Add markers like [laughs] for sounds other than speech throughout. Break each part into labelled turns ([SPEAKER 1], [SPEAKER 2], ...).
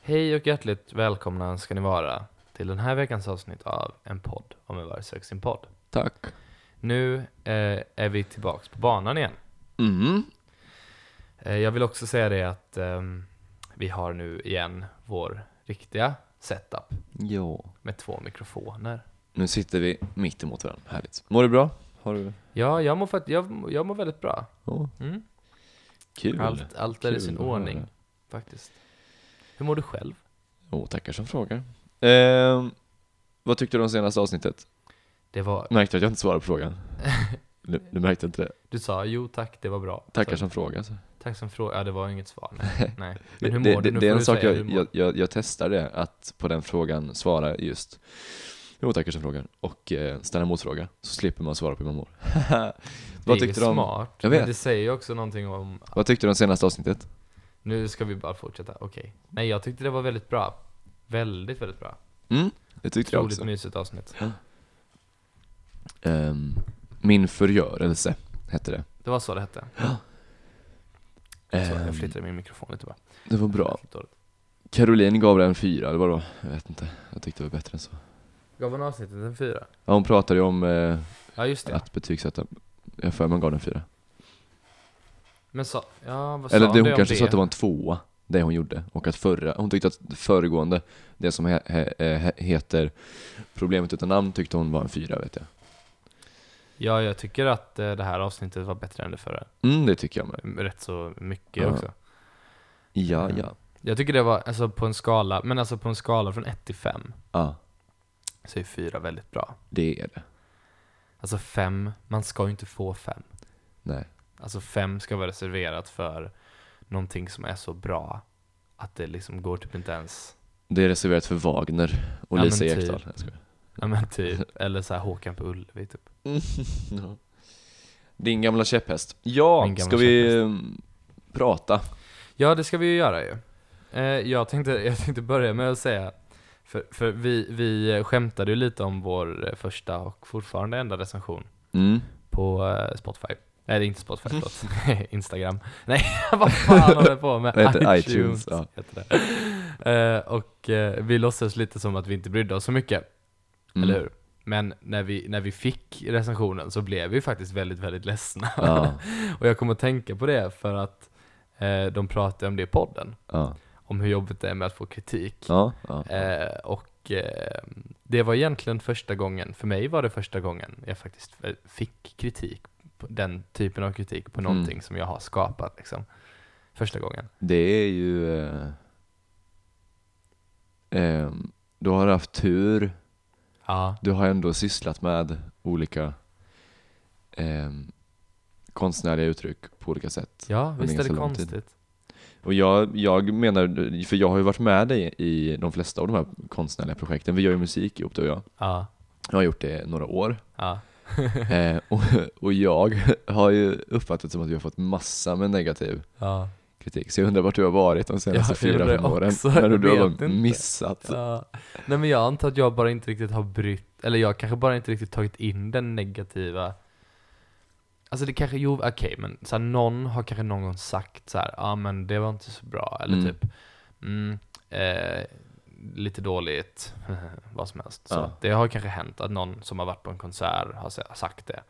[SPEAKER 1] Hej och hjärtligt välkomna ska ni vara till den här veckans avsnitt av en podd om en varg söker sin podd.
[SPEAKER 2] Tack.
[SPEAKER 1] Nu eh, är vi tillbaks på banan igen.
[SPEAKER 2] Mm.
[SPEAKER 1] Eh, jag vill också säga det att ehm, vi har nu igen vår riktiga setup
[SPEAKER 2] Ja.
[SPEAKER 1] med två mikrofoner.
[SPEAKER 2] Nu sitter vi mitt emot varandra. Härligt. Mår du bra? Har du?
[SPEAKER 1] Ja, jag mår, fakt- jag, jag mår väldigt bra.
[SPEAKER 2] Ja.
[SPEAKER 1] Mm.
[SPEAKER 2] Kul.
[SPEAKER 1] Allt, allt är i
[SPEAKER 2] Kul
[SPEAKER 1] sin
[SPEAKER 2] att höra.
[SPEAKER 1] ordning faktiskt. Hur mår du själv?
[SPEAKER 2] Jo, tackar som frågar. Ehm, vad tyckte du om senaste avsnittet?
[SPEAKER 1] Det var,
[SPEAKER 2] Märkte du att jag inte svarade
[SPEAKER 1] [laughs]
[SPEAKER 2] på frågan? Du, du märkte inte det?
[SPEAKER 1] du sa jo tack, det var bra.
[SPEAKER 2] Tackar
[SPEAKER 1] Så-
[SPEAKER 2] som fråga. Alltså.
[SPEAKER 1] Tack som fråga. Ja, det var inget svar.
[SPEAKER 2] [laughs]
[SPEAKER 1] Nej. nej. Men hur mår
[SPEAKER 2] det,
[SPEAKER 1] du?
[SPEAKER 2] det,
[SPEAKER 1] Nu
[SPEAKER 2] det är
[SPEAKER 1] får
[SPEAKER 2] en
[SPEAKER 1] du
[SPEAKER 2] sak
[SPEAKER 1] säga
[SPEAKER 2] jag,
[SPEAKER 1] hur du mår.
[SPEAKER 2] jag, jag, jag testar det, att på den frågan svara just Jo tackar som frågar och eh, ställa en motfråga så slipper man svara på hur man mår. [laughs]
[SPEAKER 1] Det är
[SPEAKER 2] vad,
[SPEAKER 1] ju
[SPEAKER 2] tyckte du om,
[SPEAKER 1] smart.
[SPEAKER 2] Jag
[SPEAKER 1] Men
[SPEAKER 2] vet.
[SPEAKER 1] det säger ju också någonting om...
[SPEAKER 2] vad tyckte du om senaste avsnittet?
[SPEAKER 1] Nu ska vi bara fortsätta. Okej. Nej, jag tyckte det var väldigt bra. Väldigt, väldigt bra.
[SPEAKER 2] Mm, det tyckte jag
[SPEAKER 1] Otroligt
[SPEAKER 2] också.
[SPEAKER 1] mysigt avsnitt.
[SPEAKER 2] Ehm, min förgörelse hette det.
[SPEAKER 1] Det var så det hette. Så,
[SPEAKER 2] Ehm,
[SPEAKER 1] jag flyttade min mikrofon lite bara.
[SPEAKER 2] det var bra.
[SPEAKER 1] Dåligt.
[SPEAKER 2] Caroline gav det en fyra, eller vadå? Jag vet inte. Jag tyckte det var bättre än så.
[SPEAKER 1] Gav hon avsnittet en fyra?
[SPEAKER 2] Ja, hon pratade ju om eh,
[SPEAKER 1] Ja, just det.
[SPEAKER 2] att betygsätta. Jag för mig hon gav den fyra.
[SPEAKER 1] Men sa... Ja, vad sa
[SPEAKER 2] Eller det,
[SPEAKER 1] du
[SPEAKER 2] hon
[SPEAKER 1] om
[SPEAKER 2] kanske
[SPEAKER 1] det?
[SPEAKER 2] sa att det var en tvåa, det hon gjorde. Och att förra, hon tyckte att föregående, det som he, he, eh, he, heter Problemet utan namn, tyckte hon var en fyra vet jag.
[SPEAKER 1] Ja, jag tycker att eh, det här avsnittet var bättre än det förra.
[SPEAKER 2] Mm, det tycker jag med.
[SPEAKER 1] Rätt så mycket
[SPEAKER 2] Ja.
[SPEAKER 1] också.
[SPEAKER 2] Ja,
[SPEAKER 1] Mm.
[SPEAKER 2] ja.
[SPEAKER 1] Jag tycker det var, alltså på en skala, men alltså på en skala från 1 till 5,
[SPEAKER 2] Ja,
[SPEAKER 1] så är 4 väldigt bra.
[SPEAKER 2] det är det.
[SPEAKER 1] Alltså 5, man ska ju inte få 5.
[SPEAKER 2] Nej.
[SPEAKER 1] Alltså 5 ska vara reserverat för någonting som är så bra att det liksom går typ inte ens,
[SPEAKER 2] Det är reserverat för Wagner och
[SPEAKER 1] Ja, men
[SPEAKER 2] Lisa
[SPEAKER 1] typ.
[SPEAKER 2] Ekdahl. Jag skojar.
[SPEAKER 1] ja men typ, eller så här Håkan på Ullevi typ.
[SPEAKER 2] Mm, [laughs] Ja. Din gamla käpphäst. Ja,
[SPEAKER 1] Min gamla
[SPEAKER 2] ska vi eh, prata?
[SPEAKER 1] Ja, det ska vi ju göra ju. Eh, jag, tänkte, jag tänkte börja med att säga, för, för vi, vi skämtade ju lite om vår eh, första och fortfarande enda recension
[SPEAKER 2] Mm.
[SPEAKER 1] på eh, Spotify. Nej, det är inte Spotify,
[SPEAKER 2] [laughs]
[SPEAKER 1] förlåt. Instagram. Nej, [laughs] vad fan håller jag på med?
[SPEAKER 2] Det heter iTunes, ja.
[SPEAKER 1] heter det. Eh, och eh, vi låtsades lite som att vi inte brydde oss så mycket,
[SPEAKER 2] Mm.
[SPEAKER 1] eller hur? Men när vi, när vi fick recensionen så blev vi faktiskt väldigt, väldigt ledsna.
[SPEAKER 2] [laughs] Ja,
[SPEAKER 1] [laughs] och jag kommer att tänka på det för att eh, de pratade om det i podden,
[SPEAKER 2] ja,
[SPEAKER 1] om hur jobbigt det är med att få kritik.
[SPEAKER 2] ja, ja.
[SPEAKER 1] [laughs] Eh, och eh, det var egentligen första gången, för mig var det första gången jag faktiskt eh, fick kritik, på- den typen av kritik på
[SPEAKER 2] Mm.
[SPEAKER 1] någonting som jag har skapat liksom. Första gången.
[SPEAKER 2] Det är ju... Eh, eh, du har haft tur.
[SPEAKER 1] Ja,
[SPEAKER 2] Du har ändå sysslat med olika eh, konstnärliga uttryck på olika sätt.
[SPEAKER 1] ja visst är
[SPEAKER 2] ganska
[SPEAKER 1] det
[SPEAKER 2] lång tid.
[SPEAKER 1] konstigt?
[SPEAKER 2] Och jag, jag menar, för jag har ju varit med dig i de flesta av de här konstnärliga projekten. Vi gör ju musik ihop du och jag.
[SPEAKER 1] Ja,
[SPEAKER 2] Jag har gjort det några år.
[SPEAKER 1] ja.
[SPEAKER 2] Eh, och, och jag har ju uppfattat som att vi har fått massa med negativ
[SPEAKER 1] Ja,
[SPEAKER 2] kritik. Så jag undrar vart du har varit de senaste
[SPEAKER 1] Ja, jag
[SPEAKER 2] fyra,
[SPEAKER 1] undrar
[SPEAKER 2] fem åren.
[SPEAKER 1] också.
[SPEAKER 2] När
[SPEAKER 1] Jag
[SPEAKER 2] du har
[SPEAKER 1] vet
[SPEAKER 2] bara
[SPEAKER 1] inte.
[SPEAKER 2] missat.
[SPEAKER 1] ja. eh, Nej men jag antar att jag bara inte riktigt har brytt, eller jag kanske bara inte riktigt tagit in den negativa Alltså det kanske, jo okej men så här, någon har kanske någon gång sagt så här, ja ah, men det var inte så bra eller
[SPEAKER 2] Mm.
[SPEAKER 1] typ mm, eh, lite dåligt, [laughs] vad som helst. Så
[SPEAKER 2] Ja.
[SPEAKER 1] att det har kanske hänt att någon som har varit på en konsert har sa- sagt det.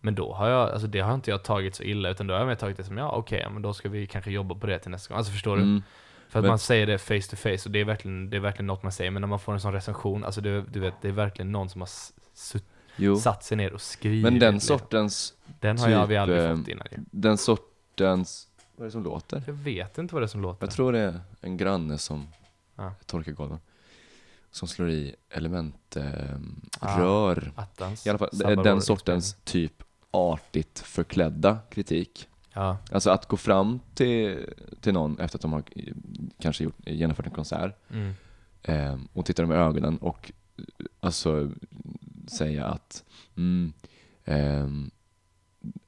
[SPEAKER 1] Men då har jag, alltså det har inte jag tagit så illa, utan då har jag mer tagit det som, ja okej, men då ska vi kanske jobba på det till nästa gång. Alltså förstår du?
[SPEAKER 2] Mm.
[SPEAKER 1] För att
[SPEAKER 2] men-
[SPEAKER 1] man säger det face to face, och det är, verkligen, det är verkligen något man säger, men när man får en sån recension, alltså det, du vet, det är verkligen någon som har s- sutt-
[SPEAKER 2] Jo.
[SPEAKER 1] satt sig ner och skrivit.
[SPEAKER 2] Men den
[SPEAKER 1] liksom.
[SPEAKER 2] sortens,
[SPEAKER 1] Den har jag
[SPEAKER 2] typ,
[SPEAKER 1] vi aldrig
[SPEAKER 2] ehm,
[SPEAKER 1] fått innan ju.
[SPEAKER 2] den sortens, vad är det som låter?
[SPEAKER 1] Jag vet inte vad det är som låter.
[SPEAKER 2] Jag tror det är en granne som
[SPEAKER 1] Ja.
[SPEAKER 2] torkar golven. Som slår i element, eh,
[SPEAKER 1] Ah.
[SPEAKER 2] rör.
[SPEAKER 1] Attans.
[SPEAKER 2] I alla fall, det är
[SPEAKER 1] sabbar
[SPEAKER 2] den
[SPEAKER 1] vår
[SPEAKER 2] sortens typ artigt förklädda kritik.
[SPEAKER 1] inspelning. Ja,
[SPEAKER 2] Alltså att gå fram till, till någon efter att de har eh, kanske gjort, genomfört en konsert
[SPEAKER 1] mm.
[SPEAKER 2] eh, och titta dem i ögonen och eh, alltså säga att mm, ehm,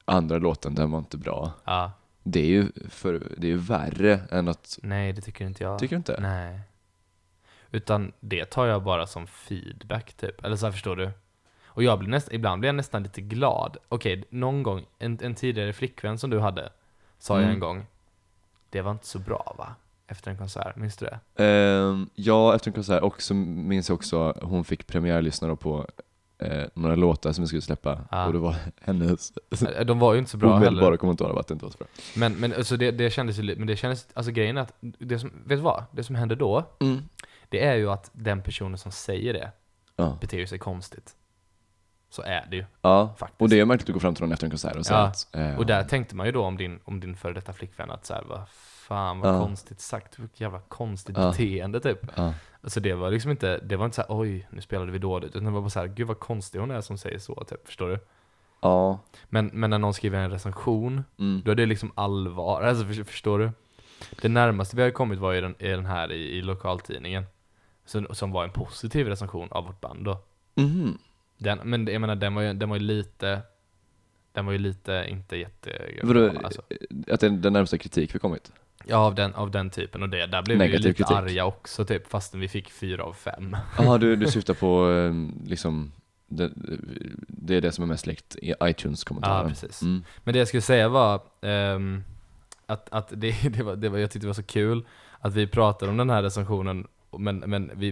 [SPEAKER 2] andra låten, den var inte bra.
[SPEAKER 1] ja.
[SPEAKER 2] Det är ju, för, det är ju värre än att,
[SPEAKER 1] Nej, det tycker inte jag.
[SPEAKER 2] tycker du inte?
[SPEAKER 1] Nej. Utan det tar jag bara som feedback typ. Eller så här, förstår du? Och jag blir näst, ibland blir jag nästan lite glad. Okej, någon gång, en, en tidigare flickvän som du hade, sa jag
[SPEAKER 2] Mm.
[SPEAKER 1] en gång, det var inte så bra va? efter en konsert, minns
[SPEAKER 2] [laughs]
[SPEAKER 1] du det?
[SPEAKER 2] Ehm, ja, efter en konsert. Och så minns jag också, hon fick premiärlyssna då på eh, några låtar som vi skulle släppa.
[SPEAKER 1] Ah.
[SPEAKER 2] Och det var hennes
[SPEAKER 1] Eh, De var ju inte så bra heller.
[SPEAKER 2] omedelbara kommentar var att det inte var så bra.
[SPEAKER 1] Men, men alltså det, det kändes ju, li- men det kändes, alltså grejen är att, det som, vet du vad? Det som hände då,
[SPEAKER 2] Mm.
[SPEAKER 1] det är ju att den personen som säger det
[SPEAKER 2] Ja.
[SPEAKER 1] beter sig konstigt. Så är det ju
[SPEAKER 2] ja.
[SPEAKER 1] faktiskt.
[SPEAKER 2] Och det är märkligt att gå fram till någon efter en konsert och säga
[SPEAKER 1] Ja.
[SPEAKER 2] att... eh,
[SPEAKER 1] Och där tänkte man ju då om din, om din före detta flickvän att såhär, vad fan vad
[SPEAKER 2] Ja.
[SPEAKER 1] konstigt sagt, vilket jävla konstigt
[SPEAKER 2] Ja.
[SPEAKER 1] beteende typ.
[SPEAKER 2] Ja.
[SPEAKER 1] Alltså det var liksom inte, det var inte såhär oj, nu spelade vi dåligt, utan det var bara såhär, gud vad konstig hon är som säger så typ, förstår du?
[SPEAKER 2] ja.
[SPEAKER 1] Men, men när någon skriver en recension,
[SPEAKER 2] Mm.
[SPEAKER 1] då är det liksom allvar, alltså för, förstår du? Det närmaste vi har kommit var ju den, är den här i, i lokaltidningen, som, som var en positiv recension av vårt band då.
[SPEAKER 2] Mhm.
[SPEAKER 1] Den, men jag menar den var ju, den var ju lite, den var ju lite inte alltså. jätte...
[SPEAKER 2] Vadå? Att det är den närmsta kritik vi kommit.
[SPEAKER 1] Ja, av den, av den typen. Och det, där blev vi ju
[SPEAKER 2] Negativ
[SPEAKER 1] lite
[SPEAKER 2] kritik.
[SPEAKER 1] arga också typ, fastän vi fick fyra av fem.
[SPEAKER 2] Ja, du, du syftar på eh, liksom... Det, det är det som är mest likt i
[SPEAKER 1] Ja,
[SPEAKER 2] iTunes-kommentaren.
[SPEAKER 1] precis.
[SPEAKER 2] mm.
[SPEAKER 1] Men det jag skulle säga var ehm, att, att det, [laughs] det, var, det var, jag tyckte det var så kul att vi pratade om den här recensionen, men, men vi,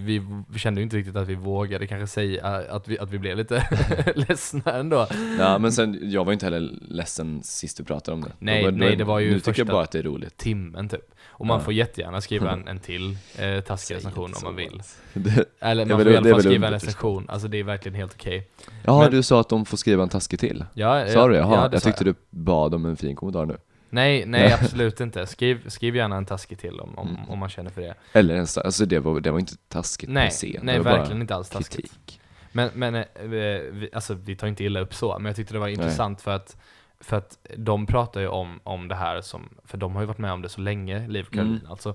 [SPEAKER 1] vi kände ju inte riktigt att vi vågade kanske säga att vi, att vi blev lite [laughs] ledsna ändå.
[SPEAKER 2] Ja, men sen, jag var ju inte heller ledsen sist vi pratade om det.
[SPEAKER 1] Nej,
[SPEAKER 2] Då
[SPEAKER 1] nej,
[SPEAKER 2] då-
[SPEAKER 1] det var ju
[SPEAKER 2] Nu tycker jag
[SPEAKER 1] första-
[SPEAKER 2] bara att det är roligt. [laughs]
[SPEAKER 1] Timmen typ. Och man
[SPEAKER 2] Ja.
[SPEAKER 1] får jättegärna skriva en, en till eh, taskig
[SPEAKER 2] Säg
[SPEAKER 1] recension
[SPEAKER 2] inte
[SPEAKER 1] om
[SPEAKER 2] så.
[SPEAKER 1] man vill.
[SPEAKER 2] Det,
[SPEAKER 1] Eller
[SPEAKER 2] Det är
[SPEAKER 1] man
[SPEAKER 2] väl-
[SPEAKER 1] får i
[SPEAKER 2] det
[SPEAKER 1] alla fall
[SPEAKER 2] är väl
[SPEAKER 1] skriva en
[SPEAKER 2] underförstått.
[SPEAKER 1] recension, alltså det är verkligen helt okej.
[SPEAKER 2] ja,
[SPEAKER 1] Men-
[SPEAKER 2] du sa att de får skriva en taskig till.
[SPEAKER 1] Ja,
[SPEAKER 2] Sa du det? Jaha,
[SPEAKER 1] ja,
[SPEAKER 2] jag
[SPEAKER 1] sa
[SPEAKER 2] tyckte du bad om en fin kommentar nu.
[SPEAKER 1] Nej, nej absolut inte. Skriv, skriv gärna en taskig till om, om,
[SPEAKER 2] Mm.
[SPEAKER 1] om man känner för det.
[SPEAKER 2] Eller ens, alltså det var, det var inte taskigt per
[SPEAKER 1] Nej,
[SPEAKER 2] se. det
[SPEAKER 1] nej
[SPEAKER 2] var bara
[SPEAKER 1] verkligen inte alls taskigt.
[SPEAKER 2] kritik.
[SPEAKER 1] Men, men eh, vi, alltså, vi tar inte illa upp så, men jag tyckte det var intressant för att, för att de pratar ju om, om det här, som, för de har ju varit med om det så länge, Liv och Caroline
[SPEAKER 2] Mm.
[SPEAKER 1] alltså,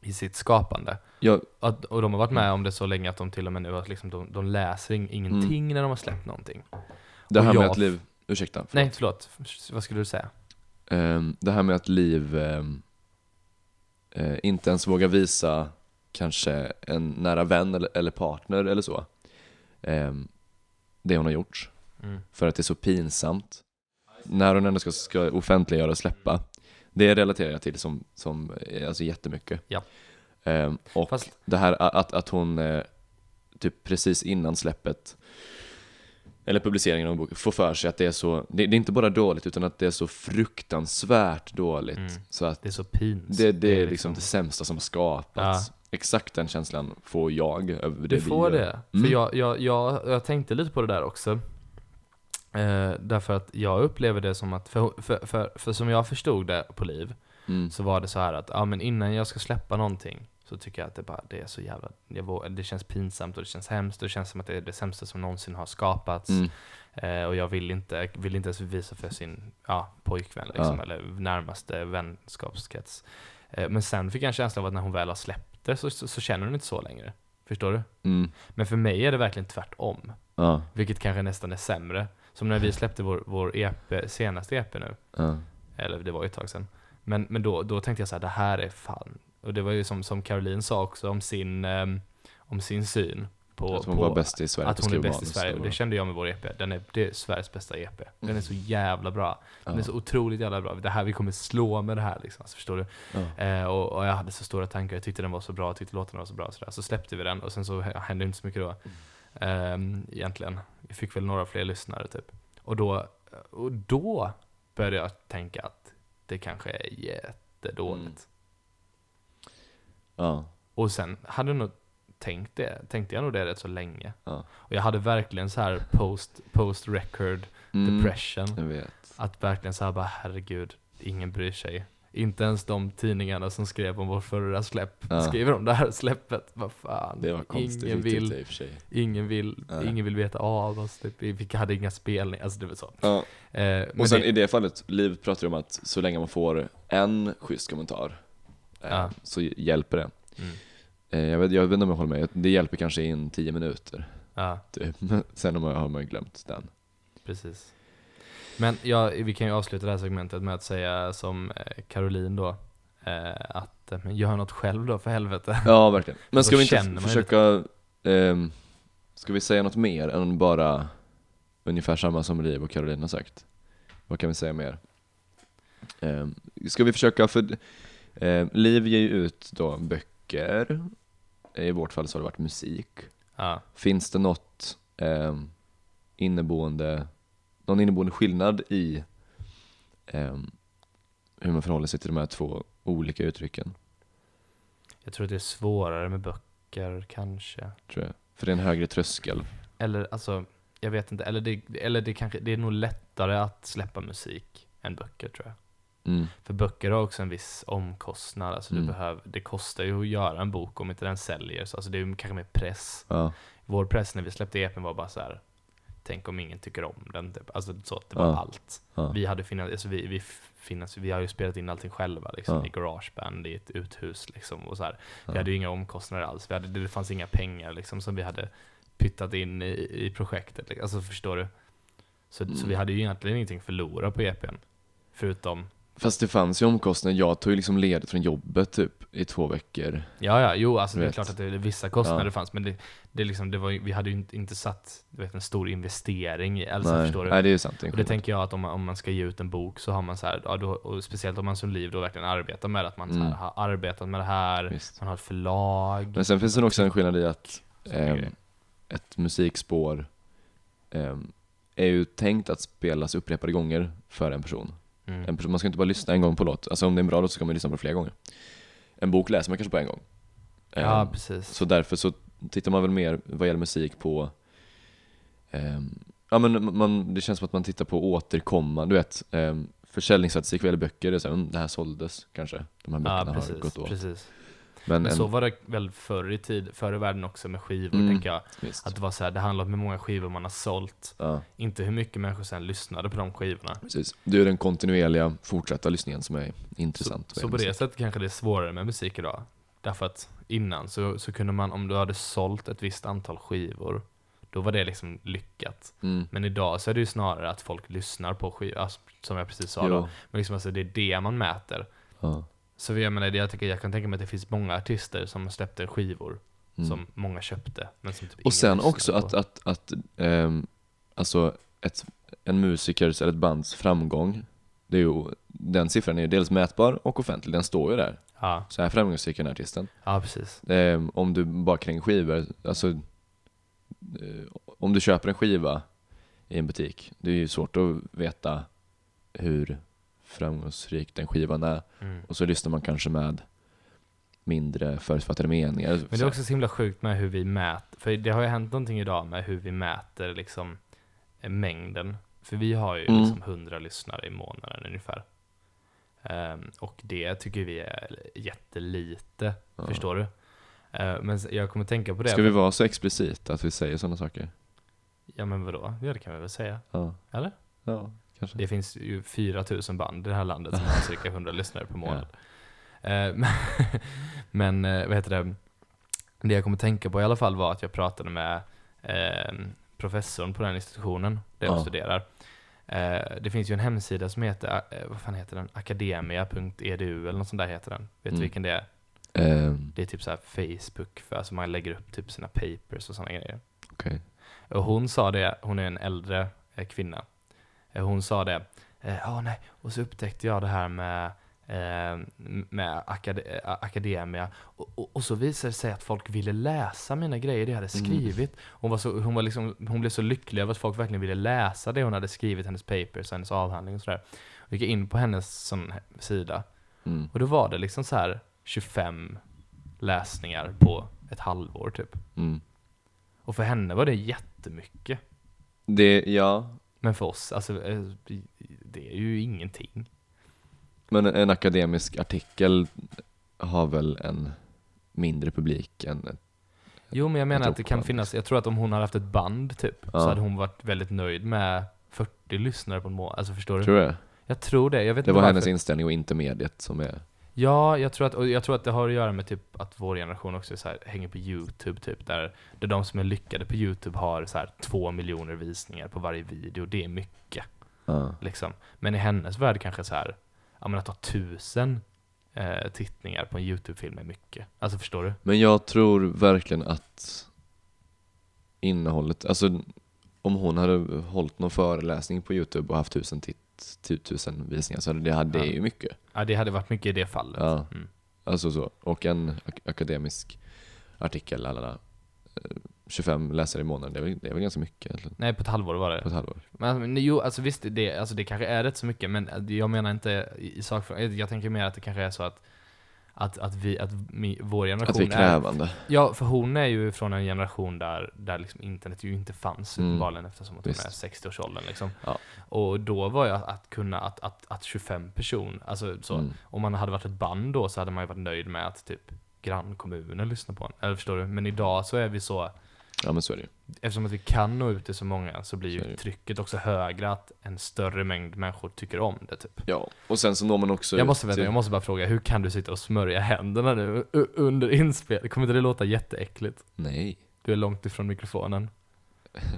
[SPEAKER 1] i sitt skapande.
[SPEAKER 2] Ja,
[SPEAKER 1] Att, och de har varit
[SPEAKER 2] Mm.
[SPEAKER 1] med om det så länge att de till och med nu har liksom, de, de läser in, ingenting när de har släppt någonting.
[SPEAKER 2] det här
[SPEAKER 1] Och
[SPEAKER 2] med
[SPEAKER 1] jag-
[SPEAKER 2] att Liv, ursäkta,
[SPEAKER 1] Nej, förlåt. Vad skulle du säga?
[SPEAKER 2] Ehm, det här med att Liv ehm, eh, inte ens vågar visa kanske en nära vän eller, eller partner eller så, ehm, det hon har gjort.
[SPEAKER 1] Mm.
[SPEAKER 2] För att det är så pinsamt när hon ändå ska, ska offentliggöra och släppa. Det relaterar jag till som, som eh, alltså jättemycket.
[SPEAKER 1] Ja.
[SPEAKER 2] Ehm, och
[SPEAKER 1] Fast-
[SPEAKER 2] det här a- att, att hon eh, typ precis innan släppet eller publiceringen av boken får för sig att det är så, det, det är inte bara dåligt utan att det är så fruktansvärt dåligt
[SPEAKER 1] Mm.
[SPEAKER 2] så att
[SPEAKER 1] Det är så pinsamt.
[SPEAKER 2] det, det är liksom det sämsta som har skapats. Exakt den känslan får jag över det
[SPEAKER 1] Du
[SPEAKER 2] vi
[SPEAKER 1] får
[SPEAKER 2] gör.
[SPEAKER 1] det.
[SPEAKER 2] Mm.
[SPEAKER 1] För jag, jag, jag, jag tänkte lite på det där också. Eh, därför att jag upplever det som att, för, för, för, för som jag förstod det på Liv,
[SPEAKER 2] Mm.
[SPEAKER 1] så var det så här att ja, men innan jag ska släppa någonting så tycker jag att det, bara, det är så jävla, jag vå- det känns pinsamt och det känns hemskt och det känns som att det är det sämsta som någonsin har skapats.
[SPEAKER 2] Mm.
[SPEAKER 1] Eh, och jag vill inte, vill inte ens visa för sin ja, pojkvän liksom,
[SPEAKER 2] Ja.
[SPEAKER 1] eller närmaste vänskapskrets. Eh, men sen fick jag en känsla av att när hon väl har släppt det så, så, så känner hon inte så längre. Förstår du?
[SPEAKER 2] Mm.
[SPEAKER 1] Men för mig är det verkligen tvärtom.
[SPEAKER 2] Ja,
[SPEAKER 1] Vilket kanske nästan är sämre. Som
[SPEAKER 2] Mm.
[SPEAKER 1] när vi släppte vår, vår EP, senaste EP nu.
[SPEAKER 2] ja.
[SPEAKER 1] Eller det var ju ett tag sedan. Men, men då, då tänkte jag så här, det här är fan. Och det var ju som, som Caroline sa också om sin, ehm, om sin syn på,
[SPEAKER 2] att hon
[SPEAKER 1] på
[SPEAKER 2] var bäst i Sverige
[SPEAKER 1] att
[SPEAKER 2] på
[SPEAKER 1] hon är
[SPEAKER 2] skriva
[SPEAKER 1] bäst i
[SPEAKER 2] manus.
[SPEAKER 1] Sverige. Och det kände jag med vår EP. Den är, det är Sveriges bästa EP. Den är så jävla bra. Den
[SPEAKER 2] Mm. Ja.
[SPEAKER 1] är så otroligt jävla bra. Det här, vi kommer slå med det här liksom. Alltså, förstår du?
[SPEAKER 2] Ja.
[SPEAKER 1] Eh, och, och jag hade så stora tankar, jag tyckte den var så bra, jag tyckte låten var så bra. Så, så släppte vi den och sen så h- hände inte så mycket då. Ehm, egentligen. Vi fick väl några fler lyssnare typ. Och då, och då började jag tänka att det kanske är jättedåligt.
[SPEAKER 2] Mm. Ja.
[SPEAKER 1] Och sen hade jag nog tänkt det, tänkte jag nog det rätt så länge.
[SPEAKER 2] Ja.
[SPEAKER 1] Och jag hade verkligen så här post, post record
[SPEAKER 2] Mm.
[SPEAKER 1] depression.
[SPEAKER 2] Jag vet.
[SPEAKER 1] Att verkligen så här bara herregud, ingen bryr sig. Inte ens de tidningarna som skrev om vårt förra släpp
[SPEAKER 2] Ja.
[SPEAKER 1] skriver om det här släppet. Vad fan.
[SPEAKER 2] Det var konstigt
[SPEAKER 1] ingen vill,
[SPEAKER 2] i och för sig.
[SPEAKER 1] ingen vill,
[SPEAKER 2] Nej.
[SPEAKER 1] ingen vill veta av oss. Typ. Vi fick- hade inga spelningar, alltså det var så.
[SPEAKER 2] Ja.
[SPEAKER 1] Eh, men
[SPEAKER 2] Och sen
[SPEAKER 1] det,
[SPEAKER 2] i det fallet, Liv pratar ju om att så länge man får en schysst kommentar eh,
[SPEAKER 1] Ja.
[SPEAKER 2] så hjälper det.
[SPEAKER 1] mm,
[SPEAKER 2] Eh, jag, vet, jag vet inte om jag håller med, det hjälper kanske in tio minuter.
[SPEAKER 1] ja,
[SPEAKER 2] Typ. [laughs] Men Sen har man, har man ju glömt den.
[SPEAKER 1] precis. Men ja, vi kan ju avsluta det här segmentet med att säga som eh, Caroline då, eh, att eh, men gör något själv då för helvete. [laughs]
[SPEAKER 2] Ja, verkligen. Men ska
[SPEAKER 1] Då
[SPEAKER 2] vi inte
[SPEAKER 1] känner man ju
[SPEAKER 2] försöka, ehm, ska vi säga något mer än bara ungefär samma som Liv och Caroline har sagt? Vad kan vi säga mer? Ehm, ska vi försöka, för Eh, Liv ger ju ut då böcker. I vårt fall så har det varit musik.
[SPEAKER 1] Ja.
[SPEAKER 2] Finns det något ehm, inneboende, någon inneboende skillnad i ehm, hur man förhåller sig till de här två olika uttrycken?
[SPEAKER 1] Jag tror att det är svårare med böcker kanske.
[SPEAKER 2] Tror jag. För det är en högre tröskel.
[SPEAKER 1] Eller alltså, jag vet inte. Eller det, eller det kanske, det är nog lättare att släppa musik än böcker tror jag.
[SPEAKER 2] Mm.
[SPEAKER 1] För böcker har också en viss omkostnad. Alltså du
[SPEAKER 2] Mm.
[SPEAKER 1] behöver, det kostar ju att göra en bok om inte den säljer. Så alltså det är ju kanske mer press.
[SPEAKER 2] Ja,
[SPEAKER 1] Vår press när vi släppte EPn var bara så här. Tänk om ingen tycker om den. Typ. Alltså så att det var
[SPEAKER 2] Ja.
[SPEAKER 1] allt.
[SPEAKER 2] ja.
[SPEAKER 1] Vi, hade finan- alltså, vi, vi, f- finans- vi har ju spelat in allting själva liksom,
[SPEAKER 2] Ja.
[SPEAKER 1] i garageband i ett uthus. Liksom, och så här. Vi
[SPEAKER 2] Ja.
[SPEAKER 1] hade ju inga omkostnader alls. Vi hade, det fanns inga pengar liksom, som vi hade pyttat in i, i projektet. liksom. Alltså förstår du? Så, så
[SPEAKER 2] Mm.
[SPEAKER 1] vi hade ju egentligen ingenting att förlora på EPn. Förutom,
[SPEAKER 2] Fast det fanns ju omkostnader. Jag tog ju liksom ledigt från jobbet typ i två veckor.
[SPEAKER 1] ja ja, jo alltså det är
[SPEAKER 2] Vet.
[SPEAKER 1] klart att det, det, vissa kostnader
[SPEAKER 2] Ja.
[SPEAKER 1] fanns men det, det, är liksom, det var, ju- vi hade ju inte, inte satt du vet, en stor investering i, alltså
[SPEAKER 2] Nej.
[SPEAKER 1] förstår du?
[SPEAKER 2] Nej, det är ju sant. det är en
[SPEAKER 1] Och det
[SPEAKER 2] skillnad.
[SPEAKER 1] tänker jag att om man, om man ska ge ut en bok så har man så här, ja, då, och speciellt om man som liv då verkligen arbetar med det, att man så
[SPEAKER 2] Mm.
[SPEAKER 1] här, har arbetat med det här,
[SPEAKER 2] Visst.
[SPEAKER 1] man har ett förlag.
[SPEAKER 2] Men sen finns det nog också en skillnad i att
[SPEAKER 1] sådana
[SPEAKER 2] ehm,
[SPEAKER 1] grejer.
[SPEAKER 2] ett musikspår ehm, är ju tänkt att spelas upprepade gånger för en person. En
[SPEAKER 1] mm.
[SPEAKER 2] person. Man ska inte bara lyssna en gång på låt. Alltså om det är en bra låt så kan man lyssna på det flera gånger. En bok läser man kanske på en gång.
[SPEAKER 1] Ja,
[SPEAKER 2] Ehm,
[SPEAKER 1] precis.
[SPEAKER 2] så därför så tittar man väl mer vad gäller musik på ehm, Ja men man, det känns som att man tittar på återkommande, du vet um, Försäljningsstatistik vad gäller böcker, det är såhär, mm, det här såldes kanske De här böckerna
[SPEAKER 1] Ja,
[SPEAKER 2] har gått
[SPEAKER 1] precis.
[SPEAKER 2] åt
[SPEAKER 1] precis.
[SPEAKER 2] Men,
[SPEAKER 1] Men
[SPEAKER 2] en,
[SPEAKER 1] så var det väl förr i tid, förr i världen också med skivor,
[SPEAKER 2] Mm.
[SPEAKER 1] tänker jag.
[SPEAKER 2] visst,
[SPEAKER 1] Att det var så här, det handlar om hur många skivor man har sålt,
[SPEAKER 2] ja,
[SPEAKER 1] inte hur mycket människor sen lyssnade på de skivorna.
[SPEAKER 2] precis Det är den kontinuerliga, fortsatta lyssningen som är intressant vad
[SPEAKER 1] Så på
[SPEAKER 2] gäller
[SPEAKER 1] det sättet kanske det är svårare med musik idag. Därför att innan så, så kunde man, om du hade sålt ett visst antal skivor, då var det liksom lyckat.
[SPEAKER 2] musik. mm.
[SPEAKER 1] Men idag så är det ju snarare att folk lyssnar på skivor, alltså, som jag precis sa
[SPEAKER 2] jo,
[SPEAKER 1] då. Men liksom alltså, det är det man mäter.
[SPEAKER 2] ja,
[SPEAKER 1] Så jag menar, jag, tycker, jag kan tänka mig att det finns många artister som släppte skivor
[SPEAKER 2] mm.
[SPEAKER 1] som många köpte. Men som typ ingen
[SPEAKER 2] Och sen
[SPEAKER 1] lyssnade
[SPEAKER 2] också
[SPEAKER 1] på.
[SPEAKER 2] att, att, att ehm, alltså ett, en musikers eller ett bands framgång, det är ju, den siffran är ju dels mätbar och offentlig, den står ju där.
[SPEAKER 1] Ja,
[SPEAKER 2] Så här framgångsrik är den här artisten.
[SPEAKER 1] ja precis.
[SPEAKER 2] Ehm, om du bara kränger skivor, alltså eh, om du köper en skiva i en butik, det är ju svårt att veta hur framgångsrik den skivan är.
[SPEAKER 1] Mm.
[SPEAKER 2] Och så lyssnar man kanske med mindre förutfattade meningar.
[SPEAKER 1] Men det
[SPEAKER 2] Så-
[SPEAKER 1] är också så himla sjukt med hur vi mäter, för det har ju hänt någonting idag med hur vi mäter liksom eh, mängden. För vi har ju
[SPEAKER 2] Mm.
[SPEAKER 1] liksom 100 lyssnare i månaden ungefär. Ehm, och det tycker vi är jättelite,
[SPEAKER 2] Ja.
[SPEAKER 1] förstår du? Eh, men s- jag kommer tänka på det.
[SPEAKER 2] Ska vi vara så explicit att vi säger sådana saker?
[SPEAKER 1] Ja men vadå? Ja det kan vi väl säga.
[SPEAKER 2] Ja.
[SPEAKER 1] Eller?
[SPEAKER 2] Ja, kanske.
[SPEAKER 1] Det finns ju 4000 band i det här landet som har cirka 100
[SPEAKER 2] [laughs]
[SPEAKER 1] lyssnare per månad. Eh, [laughs] men- Men eh, vad heter det? Det jag kommer tänka på i alla fall var att jag pratade med eh, professorn på den institutionen där jag
[SPEAKER 2] Ja.
[SPEAKER 1] studerar. Eh, det finns ju en hemsida som heter, eh, vad fan heter den? Academia.edu eller något sånt där heter den. Vet du
[SPEAKER 2] Mm.
[SPEAKER 1] vilken det är?
[SPEAKER 2] Ehm,
[SPEAKER 1] Det är typ så här Facebook, för alltså man lägger upp typ sina papers och sådana grejer.
[SPEAKER 2] Okej.
[SPEAKER 1] Och hon sa det, hon är en äldre eh, kvinna. Eh, Hon sa det, eh, ja nej, och så upptäckte jag det här med, eh, med akad eh, akademia. Och, och, och så visade det sig att folk ville läsa mina grejer, det jag hade
[SPEAKER 2] Mm.
[SPEAKER 1] skrivit. Hon, var så, hon, var liksom, hon blev så lycklig över att folk verkligen ville läsa det hon hade skrivit, hennes papers och hennes avhandling och sådär. Och gick in på hennes sån här sida.
[SPEAKER 2] Mm.
[SPEAKER 1] Och då var det liksom så här 25 läsningar på ett halvår typ.
[SPEAKER 2] Mm.
[SPEAKER 1] Och för henne var det jättemycket.
[SPEAKER 2] Det, ja.
[SPEAKER 1] Men för oss, alltså, eh, det är ju ingenting.
[SPEAKER 2] Men en akademisk artikel har väl en mindre publik än ett...
[SPEAKER 1] Jo, men jag menar
[SPEAKER 2] tror
[SPEAKER 1] att det
[SPEAKER 2] på
[SPEAKER 1] kan
[SPEAKER 2] det,
[SPEAKER 1] finnas, jag tror att om hon hade haft ett band typ,
[SPEAKER 2] Ja.
[SPEAKER 1] så hade hon varit väldigt nöjd med 40 lyssnare på en månad. Alltså förstår du?
[SPEAKER 2] Tror jag.
[SPEAKER 1] Jag tror det, jag vet
[SPEAKER 2] Det
[SPEAKER 1] inte
[SPEAKER 2] var
[SPEAKER 1] varför.
[SPEAKER 2] hennes inställning och inte mediet som är...
[SPEAKER 1] Ja, jag tror, att, och jag tror att det har att göra med typ att vår generation också är så här, hänger på YouTube, typ, där, där de som är lyckade på YouTube har så här, två miljoner visningar på varje video. Det är mycket.
[SPEAKER 2] Ja.
[SPEAKER 1] Liksom. Men i hennes värld kanske så här, ja, men att ha tusen eh, tittningar på en YouTube-film är mycket. Alltså förstår du?
[SPEAKER 2] Men jag tror verkligen att innehållet, alltså om hon hade hållit någon föreläsning på Youtube och haft tusen titt- tusen visningar, så det, hade, det är ju mycket.
[SPEAKER 1] Ja, det hade varit mycket i det fallet.
[SPEAKER 2] Ja.
[SPEAKER 1] Mm.
[SPEAKER 2] Alltså så. Och en ak- akademisk artikel, lalala, eh, 25 läsare i månaden, det är väl, det är väl ganska mycket egentligen.
[SPEAKER 1] Nej, på ett halvår var det.
[SPEAKER 2] På ett halvår.
[SPEAKER 1] Men, men jo, alltså visst, det, alltså, det kanske är rätt så mycket, men eh, jag menar inte i i sakfrågan. Jag- Jag tänker mer att det kanske är så att, att, att, vi, att mi, vår generation
[SPEAKER 2] Att vi är
[SPEAKER 1] är...
[SPEAKER 2] krävande.
[SPEAKER 1] Ja, för hon är ju från en generation där, där liksom internet ju inte fanns
[SPEAKER 2] Mm.
[SPEAKER 1] uppenbarligen eftersom att hon
[SPEAKER 2] Visst.
[SPEAKER 1] är 60-årsåldern. Liksom.
[SPEAKER 2] Ja.
[SPEAKER 1] Och då var jag att kunna, att, att, att 25 person, alltså så,
[SPEAKER 2] Mm.
[SPEAKER 1] om man hade varit ett band då så hade man ju varit nöjd med att typ grannkommunen lyssnar på en. Eller förstår du? Men idag så är vi så,
[SPEAKER 2] Ja men så är det ju.
[SPEAKER 1] eftersom att vi kan nå ut till så många så blir
[SPEAKER 2] Så är
[SPEAKER 1] ju
[SPEAKER 2] det.
[SPEAKER 1] trycket också högre att en större mängd människor tycker om det typ.
[SPEAKER 2] Ja, och sen så når man också
[SPEAKER 1] Jag
[SPEAKER 2] ut
[SPEAKER 1] måste, vänta,
[SPEAKER 2] till-
[SPEAKER 1] jag måste bara fråga, hur kan du sitta och smörja händerna nu u- under inspel? Kommer inte det låta jätteäckligt?
[SPEAKER 2] Nej.
[SPEAKER 1] Du är långt ifrån mikrofonen.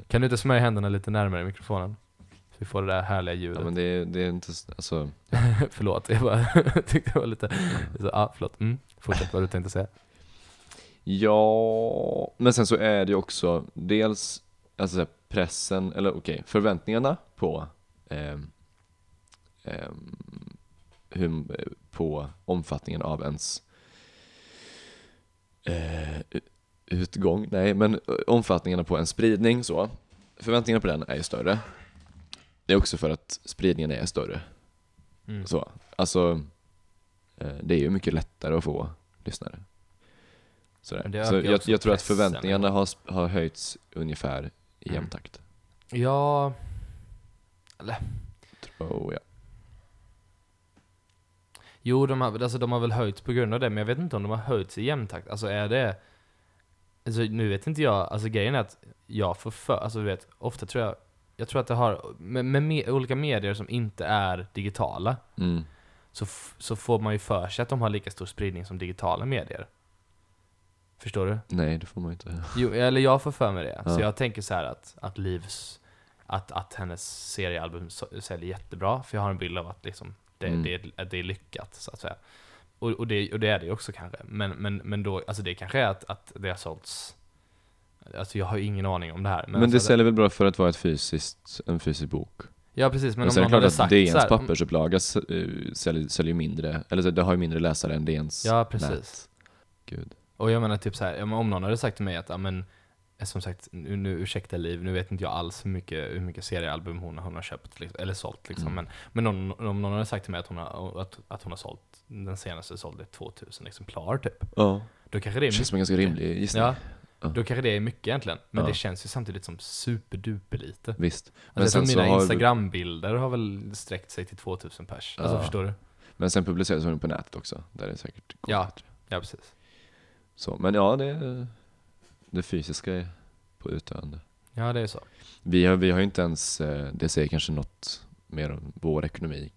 [SPEAKER 1] Kan du inte smörja händerna lite närmare mikrofonen? Så vi får det där härliga ljudet.
[SPEAKER 2] Ja, men det, är- det är inte, s- alltså,
[SPEAKER 1] [laughs] förlåt, jag bara [laughs] tyckte det var lite... Så, ah, förlåt. Mm. Fortsätt vad du tänkte säga.
[SPEAKER 2] ja, men sen så är det ju också dels, alltså så här, pressen, eller okej, förväntningarna på, ehm, ehm, hur, på omfattningen av ens eh, u- utgång, nej men eh, omfattningarna på en spridning så, förväntningarna på den är ju större. Det är också för att spridningen är större.
[SPEAKER 1] Mm.
[SPEAKER 2] Så, alltså, eh, det är ju mycket lättare att få lyssnare.
[SPEAKER 1] Men det
[SPEAKER 2] Sådär.
[SPEAKER 1] ökar
[SPEAKER 2] Så
[SPEAKER 1] ju
[SPEAKER 2] jag,
[SPEAKER 1] också
[SPEAKER 2] jag tror att
[SPEAKER 1] pressen.
[SPEAKER 2] förväntningarna har, sp- har höjts ungefär i jämn
[SPEAKER 1] Mm.
[SPEAKER 2] takt.
[SPEAKER 1] Ja,
[SPEAKER 2] Tror jag.
[SPEAKER 1] jo de har, alltså, de har väl höjts på grund av det, men jag vet inte om de har höjts i jämn takt. Alltså är det... Alltså nu vet inte jag, alltså grejen är att jag får för, alltså du vet, ofta tror jag, jag tror att det har, med, med me, olika medier som inte är digitala,
[SPEAKER 2] Mm.
[SPEAKER 1] så, f- så får man ju för sig att de har lika stor spridning som digitala medier. Förstår du?
[SPEAKER 2] Nej, det får man ju inte.
[SPEAKER 1] Jo, eller jag får för mig det. Så
[SPEAKER 2] Ja.
[SPEAKER 1] jag tänker så här att, att Livs, att, att hennes seriealbum så- säljer jättebra, för jag har en bild av att liksom, det,
[SPEAKER 2] Mm.
[SPEAKER 1] det, är- att det är lyckat, så att säga. Och, och, det, och det är det ju också kanske, men, men, men då, alltså det kanske är att, att det har sålts, alltså jag har ju ingen aning om det här.
[SPEAKER 2] Men, det
[SPEAKER 1] alltså,
[SPEAKER 2] säljer väl bra för att vara ett fysiskt, en fysisk bok?
[SPEAKER 1] Ja precis, men
[SPEAKER 2] Men
[SPEAKER 1] om
[SPEAKER 2] sen är
[SPEAKER 1] någon
[SPEAKER 2] det klart
[SPEAKER 1] hade
[SPEAKER 2] att
[SPEAKER 1] sagt så
[SPEAKER 2] DNs
[SPEAKER 1] här,
[SPEAKER 2] pappersupplaga s- eh, säljer, säljer mindre, eller så, det har ju mindre läsare än DNs.
[SPEAKER 1] Ja precis.
[SPEAKER 2] Gud.
[SPEAKER 1] Och jag menar typ så här, ja, men om någon hade sagt till mig att, ja men, eh, som sagt, nu, nu ursäkta Liv, nu vet inte jag alls hur mycket, hur mycket seriealbum hon, hon har köpt, liksom, eller sålt liksom.
[SPEAKER 2] Mm.
[SPEAKER 1] Men, men om, om någon hade sagt till mig att hon har, att, att hon har sålt, den senaste sålde 2000 exemplar typ.
[SPEAKER 2] Ja,
[SPEAKER 1] Då kanske det
[SPEAKER 2] det
[SPEAKER 1] är
[SPEAKER 2] känns
[SPEAKER 1] mycket.
[SPEAKER 2] som en ganska rimlig gissning.
[SPEAKER 1] Ja,
[SPEAKER 2] Ja.
[SPEAKER 1] då kanske det är mycket egentligen. Men
[SPEAKER 2] Ja.
[SPEAKER 1] det känns ju samtidigt som superduper lite. Alltså,
[SPEAKER 2] Visst. Men
[SPEAKER 1] jag tror
[SPEAKER 2] sen så
[SPEAKER 1] mina
[SPEAKER 2] har-
[SPEAKER 1] Instagram-bilder har väl sträckt sig till 2000 pers. Alltså
[SPEAKER 2] Ja.
[SPEAKER 1] förstår du?
[SPEAKER 2] Men sen publiceras hon på nätet också, där det säkert går
[SPEAKER 1] Ja.
[SPEAKER 2] bättre.
[SPEAKER 1] Ja precis.
[SPEAKER 2] Så, men ja, det, är- det fysiska är på utdöende.
[SPEAKER 1] Ja det är så.
[SPEAKER 2] Vi har, vi har ju inte ens, eh, det säger kanske något mer om vår ekonomi,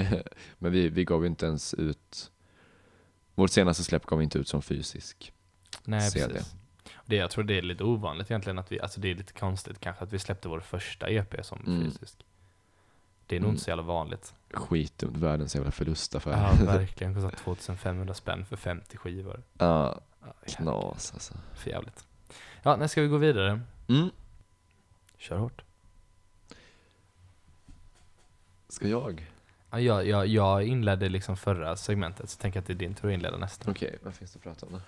[SPEAKER 2] [laughs] men vi, vi gav ju inte ens ut, vårt senaste släpp gav vi inte ut som fysisk.
[SPEAKER 1] Nej,
[SPEAKER 2] CD.
[SPEAKER 1] precis. Det, jag tror det är lite ovanligt egentligen att vi, alltså det är lite konstigt kanske att vi släppte vår första EP som
[SPEAKER 2] Mm.
[SPEAKER 1] fysisk. Det är nog
[SPEAKER 2] Mm.
[SPEAKER 1] inte så jävla vanligt.
[SPEAKER 2] Skitdumt, världens jävla förlustaffär.
[SPEAKER 1] Ja,
[SPEAKER 2] [laughs]
[SPEAKER 1] verkligen. Kostar 2500 spänn för 50 skivor.
[SPEAKER 2] Ja,
[SPEAKER 1] Ja, jävlar,
[SPEAKER 2] knas alltså.
[SPEAKER 1] För jävligt. Ja, när ska vi gå vidare?
[SPEAKER 2] Mm.
[SPEAKER 1] Kör hårt.
[SPEAKER 2] Ska jag?
[SPEAKER 1] Ja, jag, jag, jag inledde liksom förra segmentet, så tänker jag att det är din tur att inleda nästa.
[SPEAKER 2] Okej, vad finns det att prata om då?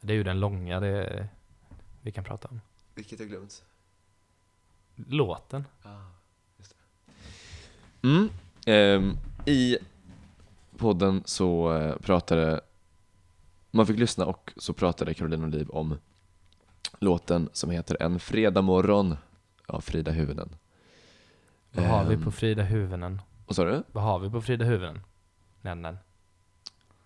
[SPEAKER 1] Det är ju den långa det vi kan prata om.
[SPEAKER 2] Vilket jag glömt.
[SPEAKER 1] Låten.
[SPEAKER 2] Mm. Ehm, I podden så eh, pratade, man fick lyssna och så pratade Caroline och Liv om låten som heter En fredag morgon av Frida Huvuden.
[SPEAKER 1] Vad har vi
[SPEAKER 2] Ehm,
[SPEAKER 1] på Frida Huvuden?
[SPEAKER 2] Vad sa du?
[SPEAKER 1] Vad har vi på Frida Huvuden? Nämn den.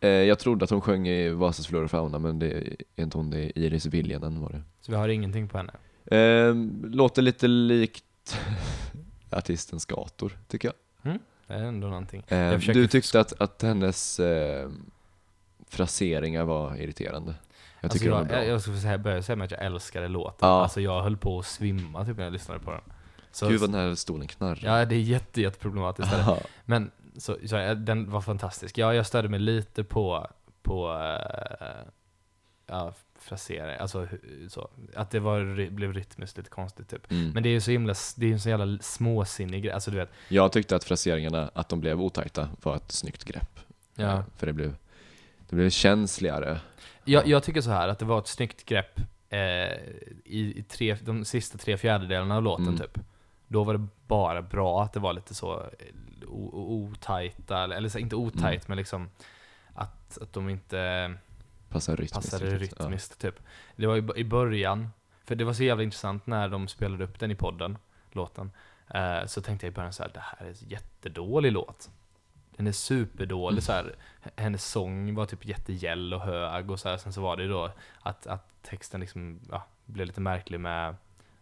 [SPEAKER 2] Eh, jag trodde att hon sjöng i Vasas flora och fauna men det är inte hon, det är Iris Viljanen var det.
[SPEAKER 1] Så vi har ingenting på henne.
[SPEAKER 2] Ehm, låter lite likt [laughs] artistens gator tycker jag.
[SPEAKER 1] Det är ändå någonting.
[SPEAKER 2] Eh,
[SPEAKER 1] Jag försöker-
[SPEAKER 2] Du tyckte att, att hennes eh, fraseringar var irriterande. Jag tycker
[SPEAKER 1] alltså
[SPEAKER 2] de är bra.
[SPEAKER 1] jag, jag skulle säga, börja säga med att jag älskade låten.
[SPEAKER 2] Ja.
[SPEAKER 1] Alltså jag höll på att svimma typ när jag lyssnade på den. Så,
[SPEAKER 2] Gud vad den här stolen knarrar.
[SPEAKER 1] ja, det är jätte, jätte problematiskt.
[SPEAKER 2] Ja.
[SPEAKER 1] Men så, så, eh, den var fantastisk. Ja, jag störde mig lite på, på eh, ja, frasera, alltså hu- så, att det var, ry- blev rytmiskt lite konstigt typ.
[SPEAKER 2] Mm.
[SPEAKER 1] Men det är ju så himla, s- det är ju en så jävla småsinnig grej, alltså du vet.
[SPEAKER 2] Jag tyckte att fraseringarna, att de blev otajta, var ett snyggt grepp. Eh, För det blev, det blev känsligare.
[SPEAKER 1] Jag, jag tycker så här att det var ett snyggt grepp eh, i, i tre, de sista tre fjärdedelarna av låten
[SPEAKER 2] Mm.
[SPEAKER 1] typ. Då var det bara bra att det var lite så eh, o- o- otajta, eller, eller så, här, inte otajt men liksom att, att de inte
[SPEAKER 2] Passar rytmiskt.
[SPEAKER 1] passade
[SPEAKER 2] riktigt. Ja.
[SPEAKER 1] rytmiskt typ. Det var i, b- i början, för det var så jävla intressant när de spelade upp den i podden, låten. Eh, så tänkte jag i början så här, det här är en jättedålig låt. Den är superdålig
[SPEAKER 2] Mm.
[SPEAKER 1] så här. H- Hennes sång var typ jättegäll och hög och så här. Sen så var det ju då att, att texten liksom, ja, blev lite märklig med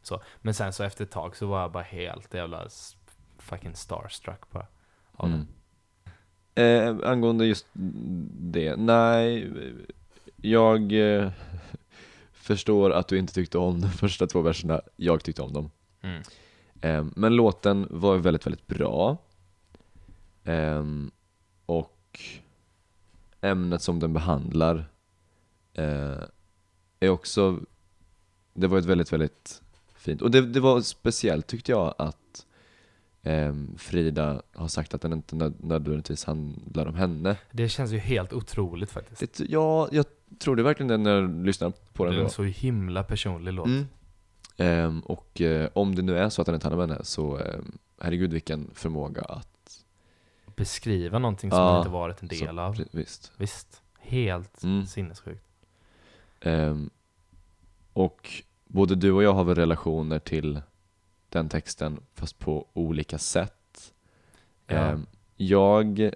[SPEAKER 1] så. Men sen så efter ett tag så var jag bara helt jävla s- fucking starstruck bara. av den.
[SPEAKER 2] Mm. Eh, angående just det, nej, eh, jag eh, [laughs] förstår att du inte tyckte om de första två verserna, jag tyckte om dem.
[SPEAKER 1] Mm.
[SPEAKER 2] Eh, men låten var ju väldigt, väldigt bra. Eh, och ämnet som den behandlar eh, är också, det var ett väldigt, väldigt fint. Och det, det var speciellt tyckte jag att eh, Frida har sagt att den inte nöd- nödvändigtvis handlar om henne.
[SPEAKER 1] Det känns ju helt otroligt faktiskt.
[SPEAKER 2] Det, ja, jag trodde verkligen det när jag lyssnade på
[SPEAKER 1] Det
[SPEAKER 2] den.
[SPEAKER 1] är en
[SPEAKER 2] då.
[SPEAKER 1] så himla personlig låt.
[SPEAKER 2] Mm. Ehm, och eh, om det nu är så att den inte handlar om henne så ehm, herregud vilken förmåga att,
[SPEAKER 1] beskriva någonting som
[SPEAKER 2] Ja,
[SPEAKER 1] man inte varit en del
[SPEAKER 2] så-
[SPEAKER 1] av.
[SPEAKER 2] pre- visst.
[SPEAKER 1] Visst. Helt
[SPEAKER 2] Mm.
[SPEAKER 1] sinnessjukt.
[SPEAKER 2] Ehm, och både du och jag har väl relationer till den texten fast på olika sätt.
[SPEAKER 1] Ja.
[SPEAKER 2] Ehm, jag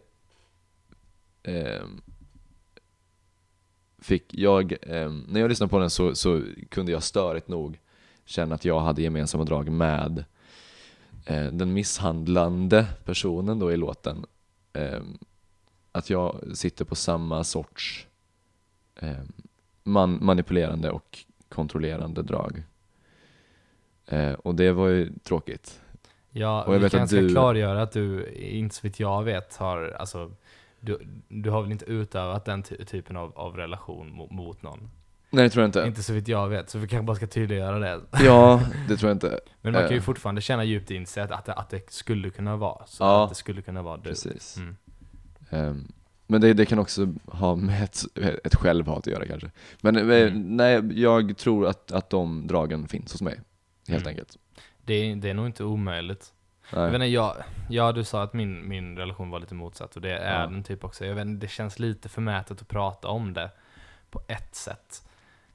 [SPEAKER 2] ehm, fick, jag, ehm, när jag lyssnade på den så, så kunde jag störigt nog känna att jag hade gemensamma drag med eh, den misshandlande personen då i låten. Ehm, att jag sitter på samma sorts ehm, man, manipulerande och kontrollerande drag. Eh, och det var ju tråkigt.
[SPEAKER 1] Ja,
[SPEAKER 2] och jag
[SPEAKER 1] vi
[SPEAKER 2] vet att
[SPEAKER 1] kanske ska
[SPEAKER 2] du-
[SPEAKER 1] klargöra att du, inte så vitt jag vet, har alltså du, du har väl inte utövat den ty- typen av, av relation mo- mot någon?
[SPEAKER 2] Nej, det tror jag inte.
[SPEAKER 1] Inte så vitt jag vet, så vi kanske bara ska tydliggöra det.
[SPEAKER 2] Ja, det tror jag
[SPEAKER 1] [laughs]
[SPEAKER 2] inte.
[SPEAKER 1] Men man kan ju
[SPEAKER 2] Eh.
[SPEAKER 1] fortfarande känna djupt in sig att, att, det- att det skulle kunna vara så,
[SPEAKER 2] Ja.
[SPEAKER 1] att det skulle kunna vara du.
[SPEAKER 2] Precis.
[SPEAKER 1] Mm.
[SPEAKER 2] Ehm, men det, det kan också ha med ett, ett självhat att göra kanske. Men eh,
[SPEAKER 1] Mm.
[SPEAKER 2] nej, jag tror att, att de dragen finns hos mig, helt
[SPEAKER 1] Mm.
[SPEAKER 2] enkelt.
[SPEAKER 1] Det, är- det är nog inte omöjligt. Jag vet
[SPEAKER 2] Nej.
[SPEAKER 1] inte, jag, ja du sa att min, min relation var lite motsatt och det är
[SPEAKER 2] Ja.
[SPEAKER 1] den typ också. Jag vet inte, det känns lite förmätet att prata om det på ett sätt.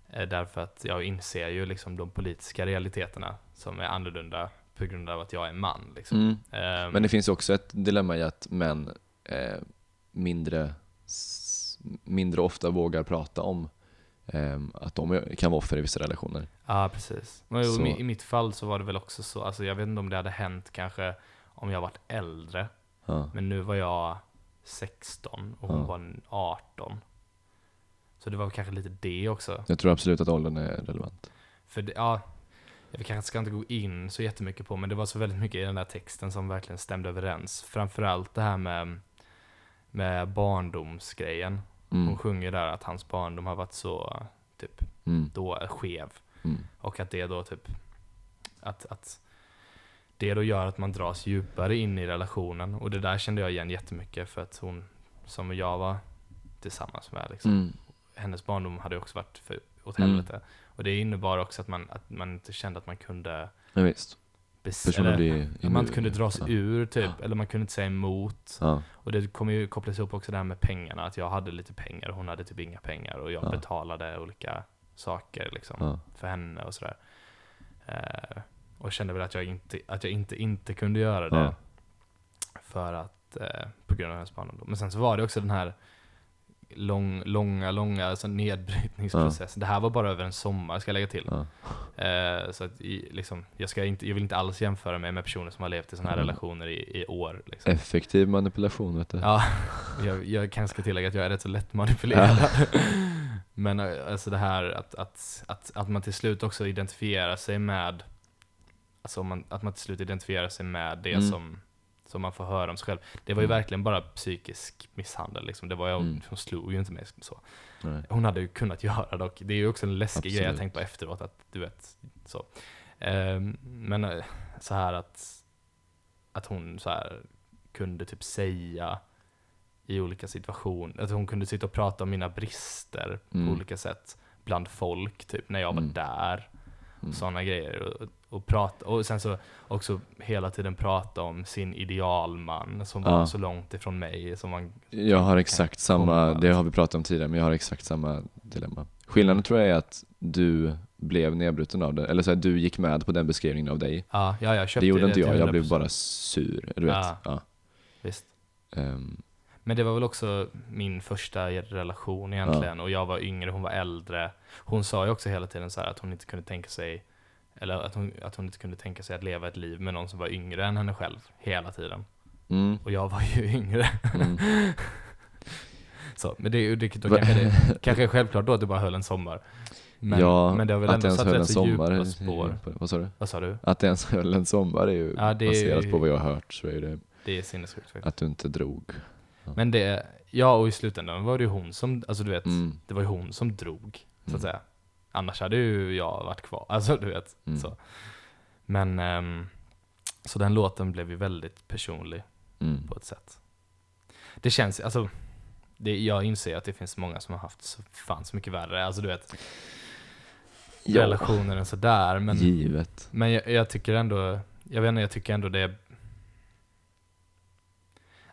[SPEAKER 1] Eh, Därför att jag inser ju liksom de politiska realiteterna som är annorlunda på grund av att jag är man. Liksom.
[SPEAKER 2] Mm.
[SPEAKER 1] Ehm,
[SPEAKER 2] Men det finns ju också ett dilemma i att män eh, mindre, s- mindre ofta vågar prata om ehm, att de kan vara offer i vissa relationer.
[SPEAKER 1] Ja, precis. Men jo,
[SPEAKER 2] Så-
[SPEAKER 1] i- I mitt fall så var det väl också så, alltså jag vet inte om det hade hänt kanske om jag varit äldre.
[SPEAKER 2] Ja.
[SPEAKER 1] Men nu var jag 16 och hon
[SPEAKER 2] Ja.
[SPEAKER 1] var 18. Så det var kanske lite det också.
[SPEAKER 2] Jag tror absolut att åldern är relevant.
[SPEAKER 1] För det, ja, jag kanske ska inte gå in så jättemycket på, men det var så väldigt mycket i den där texten som verkligen stämde överens. Framförallt det här med, med barndomsgrejen. Hon
[SPEAKER 2] Mm.
[SPEAKER 1] sjunger där att hans barndom har varit så typ
[SPEAKER 2] Mm.
[SPEAKER 1] då skev.
[SPEAKER 2] Mm.
[SPEAKER 1] Och att det då typ, att, att det då gör att man dras djupare in i relationen. Och det där kände jag igen jättemycket för att hon, som jag var tillsammans med liksom,
[SPEAKER 2] Mm.
[SPEAKER 1] hennes barndom hade ju också varit för, åt
[SPEAKER 2] Mm.
[SPEAKER 1] helvete. Och det innebar också att man, att man inte kände att man kunde
[SPEAKER 2] Ja, visst.
[SPEAKER 1] bes-
[SPEAKER 2] Personer
[SPEAKER 1] eller,
[SPEAKER 2] blir...
[SPEAKER 1] att man inte kunde dra sig
[SPEAKER 2] Ja.
[SPEAKER 1] ur typ, eller man kunde inte säga emot.
[SPEAKER 2] Ja.
[SPEAKER 1] Och det kommer ju kopplas ihop också det här med pengarna, att jag hade lite pengar och hon hade typ inga pengar och jag
[SPEAKER 2] Ja.
[SPEAKER 1] betalade olika saker liksom
[SPEAKER 2] Ja.
[SPEAKER 1] för henne och sådär. Eh, och kände väl att jag inte, att jag inte, inte kunde göra det
[SPEAKER 2] Ja.
[SPEAKER 1] för att, eh, på grund av hennes barndom. då. Men sen så var det också den här lång, långa, långa alltså nedbrytningsprocessen. Det här var bara över en sommar ska jag lägga till.
[SPEAKER 2] Ja.
[SPEAKER 1] Eh, så att i, liksom, jag, ska inte, jag vill inte alls jämföra mig med personer som har levt i sådana här
[SPEAKER 2] Mm.
[SPEAKER 1] relationer i, i år. Liksom.
[SPEAKER 2] Effektiv manipulation vet du.
[SPEAKER 1] Ja, jag, jag kanske ska tillägga att jag är rätt så lätt manipulerad. [laughs] Men eh, alltså det här att, att, att, att man till slut också identifierar sig med, alltså om man, att man till slut identifierar sig med det
[SPEAKER 2] Mm.
[SPEAKER 1] som, som man får höra om sig själv. Det var ju
[SPEAKER 2] Mm.
[SPEAKER 1] verkligen bara psykisk misshandel liksom. Det var jag,
[SPEAKER 2] Mm.
[SPEAKER 1] hon slog ju inte mig så.
[SPEAKER 2] Nej.
[SPEAKER 1] Hon hade ju kunnat göra det och det är ju också en läskig grej jag
[SPEAKER 2] Absolut.
[SPEAKER 1] tänkt på efteråt att du vet så. Ehm, men eh, så här att, att hon så här kunde typ säga i olika situationer, att hon kunde sitta och prata om mina brister
[SPEAKER 2] Mm.
[SPEAKER 1] på olika sätt bland folk typ när jag var
[SPEAKER 2] Mm.
[SPEAKER 1] där.
[SPEAKER 2] Mm.
[SPEAKER 1] Sådana grejer. Och, och, prata, och sen så också hela tiden prata om sin idealman som var
[SPEAKER 2] Ja.
[SPEAKER 1] så långt ifrån mig. Som man,
[SPEAKER 2] Jag har exakt samma,
[SPEAKER 1] komma.
[SPEAKER 2] det har vi pratat om tidigare, men jag har exakt samma dilemma.
[SPEAKER 1] Mm.
[SPEAKER 2] Skillnaden tror jag är att du blev nedbruten av det, eller så här, du gick med på den beskrivningen av dig.
[SPEAKER 1] ja, ja, jag köpte
[SPEAKER 2] Det gjorde inte
[SPEAKER 1] till
[SPEAKER 2] jag, jag blev
[SPEAKER 1] 100%.
[SPEAKER 2] bara sur. Du vet.
[SPEAKER 1] Ja.
[SPEAKER 2] Ja.
[SPEAKER 1] Visst.
[SPEAKER 2] Ehm,
[SPEAKER 1] Men det var väl också min första relation egentligen och jag var yngre, hon var äldre. Hon sa ju också hela tiden så här att hon inte kunde tänka sig eller att hon, att hon inte kunde tänka sig att leva ett liv med någon som var yngre än henne själv hela tiden.
[SPEAKER 2] mm,
[SPEAKER 1] Och jag var ju [laughs] yngre.
[SPEAKER 2] mm.
[SPEAKER 1] Så, men det, är ju- det, då kanske
[SPEAKER 2] [laughs]
[SPEAKER 1] det kanske är självklart då att du bara höll en sommar. Men,
[SPEAKER 2] ja,
[SPEAKER 1] men det har väl
[SPEAKER 2] att
[SPEAKER 1] ändå
[SPEAKER 2] ens
[SPEAKER 1] satt
[SPEAKER 2] höll
[SPEAKER 1] rätt
[SPEAKER 2] en
[SPEAKER 1] så
[SPEAKER 2] sommar
[SPEAKER 1] djupa
[SPEAKER 2] är-
[SPEAKER 1] spår.
[SPEAKER 2] på det. Vad sa du?
[SPEAKER 1] Vad sa du?
[SPEAKER 2] Att det ens höll en sommar är ju
[SPEAKER 1] Ja, det är ju-
[SPEAKER 2] baserat på vad jag har hört så är det
[SPEAKER 1] Det är sinnessjukt faktiskt.
[SPEAKER 2] att du inte drog.
[SPEAKER 1] Men det, ja och i slutändan var det ju hon som, alltså du vet,
[SPEAKER 2] Mm,
[SPEAKER 1] det var ju hon som drog, så
[SPEAKER 2] Mm.
[SPEAKER 1] att säga. Annars hade ju jag varit kvar, [laughs] alltså du vet.
[SPEAKER 2] Mm.
[SPEAKER 1] Så. Men, ehm, så den låten blev ju väldigt personlig
[SPEAKER 2] mm,
[SPEAKER 1] på ett sätt. Det känns, alltså, det, jag inser att det finns många som har haft så, fan så mycket värre, alltså du vet,
[SPEAKER 2] Ja.
[SPEAKER 1] relationer än sådär. Men,
[SPEAKER 2] givet.
[SPEAKER 1] men jag, jag tycker ändå, jag vet inte, jag tycker ändå det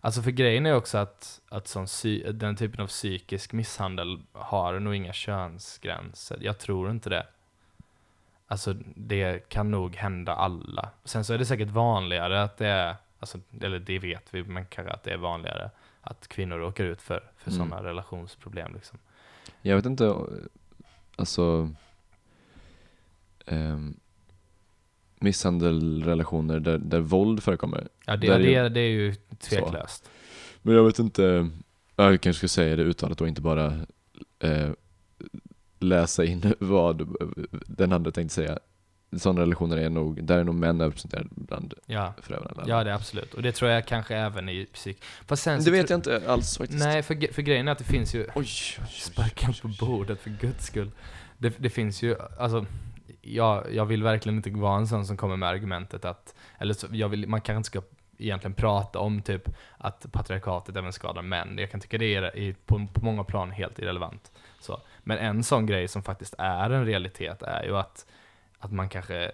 [SPEAKER 1] Alltså för grejen är också att, att sån psy, den typen av psykisk misshandel har nog inga könsgränser. Jag tror inte det. Alltså det kan nog hända alla. Sen så är det säkert vanligare att det är, alltså, eller det vet vi, men kanske att det är vanligare att kvinnor råkar ut för, för
[SPEAKER 2] Mm.
[SPEAKER 1] sådana relationsproblem. Liksom.
[SPEAKER 2] Jag vet inte, alltså ehm, misshandelrelationer där, där våld förekommer.
[SPEAKER 1] Ja, det,
[SPEAKER 2] Där är ju-
[SPEAKER 1] det, det är ju tveklöst.
[SPEAKER 2] Men jag vet inte, ja, jag kanske ska säga det uttalat och inte bara eh, läsa in [laughs] vad den andra tänkte säga. Sådana relationer är nog, där är nog män överrepresenterade bland
[SPEAKER 1] Ja.
[SPEAKER 2] förövarna.
[SPEAKER 1] Ja, det är absolut. Och det tror jag kanske även i psyk. Fast sen
[SPEAKER 2] det
[SPEAKER 1] så
[SPEAKER 2] vet
[SPEAKER 1] tro-
[SPEAKER 2] jag inte alls faktiskt.
[SPEAKER 1] Nej, för, ge- för grejen är att det finns ju...
[SPEAKER 2] Oj, oj, oj,
[SPEAKER 1] Sparka inte på bordet för guds skull. Det, det finns ju, alltså... Jag, jag vill verkligen inte vara en sån som kommer med argumentet att... Eller så, jag vill, man kanske inte ska egentligen prata om typ att patriarkatet även skadar män. Jag kan tycka det är i, på, på många plan helt irrelevant. Så. Men en sån grej som faktiskt är en realitet är ju att, att man kanske är,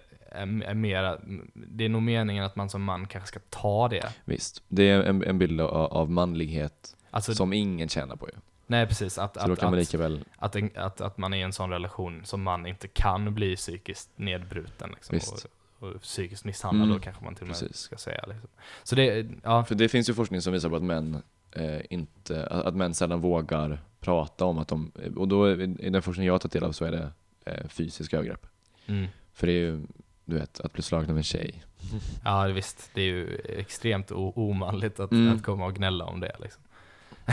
[SPEAKER 1] är mera... Det är nog meningen att man som man kanske ska ta det.
[SPEAKER 2] Visst, det är en, en bild av, av manlighet
[SPEAKER 1] Alltså,
[SPEAKER 2] som ingen tjänar på ju.
[SPEAKER 1] nej precis, att,
[SPEAKER 2] Så då
[SPEAKER 1] att,
[SPEAKER 2] kan man
[SPEAKER 1] att,
[SPEAKER 2] lika väl,
[SPEAKER 1] att, en, att, att man är i en sån relation som man inte kan bli psykiskt nedbruten. Liksom,
[SPEAKER 2] Visst.
[SPEAKER 1] och, och psykiskt misshandlad
[SPEAKER 2] Mm,
[SPEAKER 1] då kanske man till och med
[SPEAKER 2] precis.
[SPEAKER 1] ska säga. Liksom. Så det, ja,
[SPEAKER 2] För det finns ju forskning som visar på att män eh, inte, att att män sällan vågar prata om att de, och då är- i den forskning jag har tagit del av så är det eh, fysiska övergrepp.
[SPEAKER 1] mm,
[SPEAKER 2] För det är ju, du vet, att bli slagen av en tjej.
[SPEAKER 1] ja det- visst, det är ju extremt o- omanligt att,
[SPEAKER 2] Mm.
[SPEAKER 1] att komma och gnälla om det. Liksom.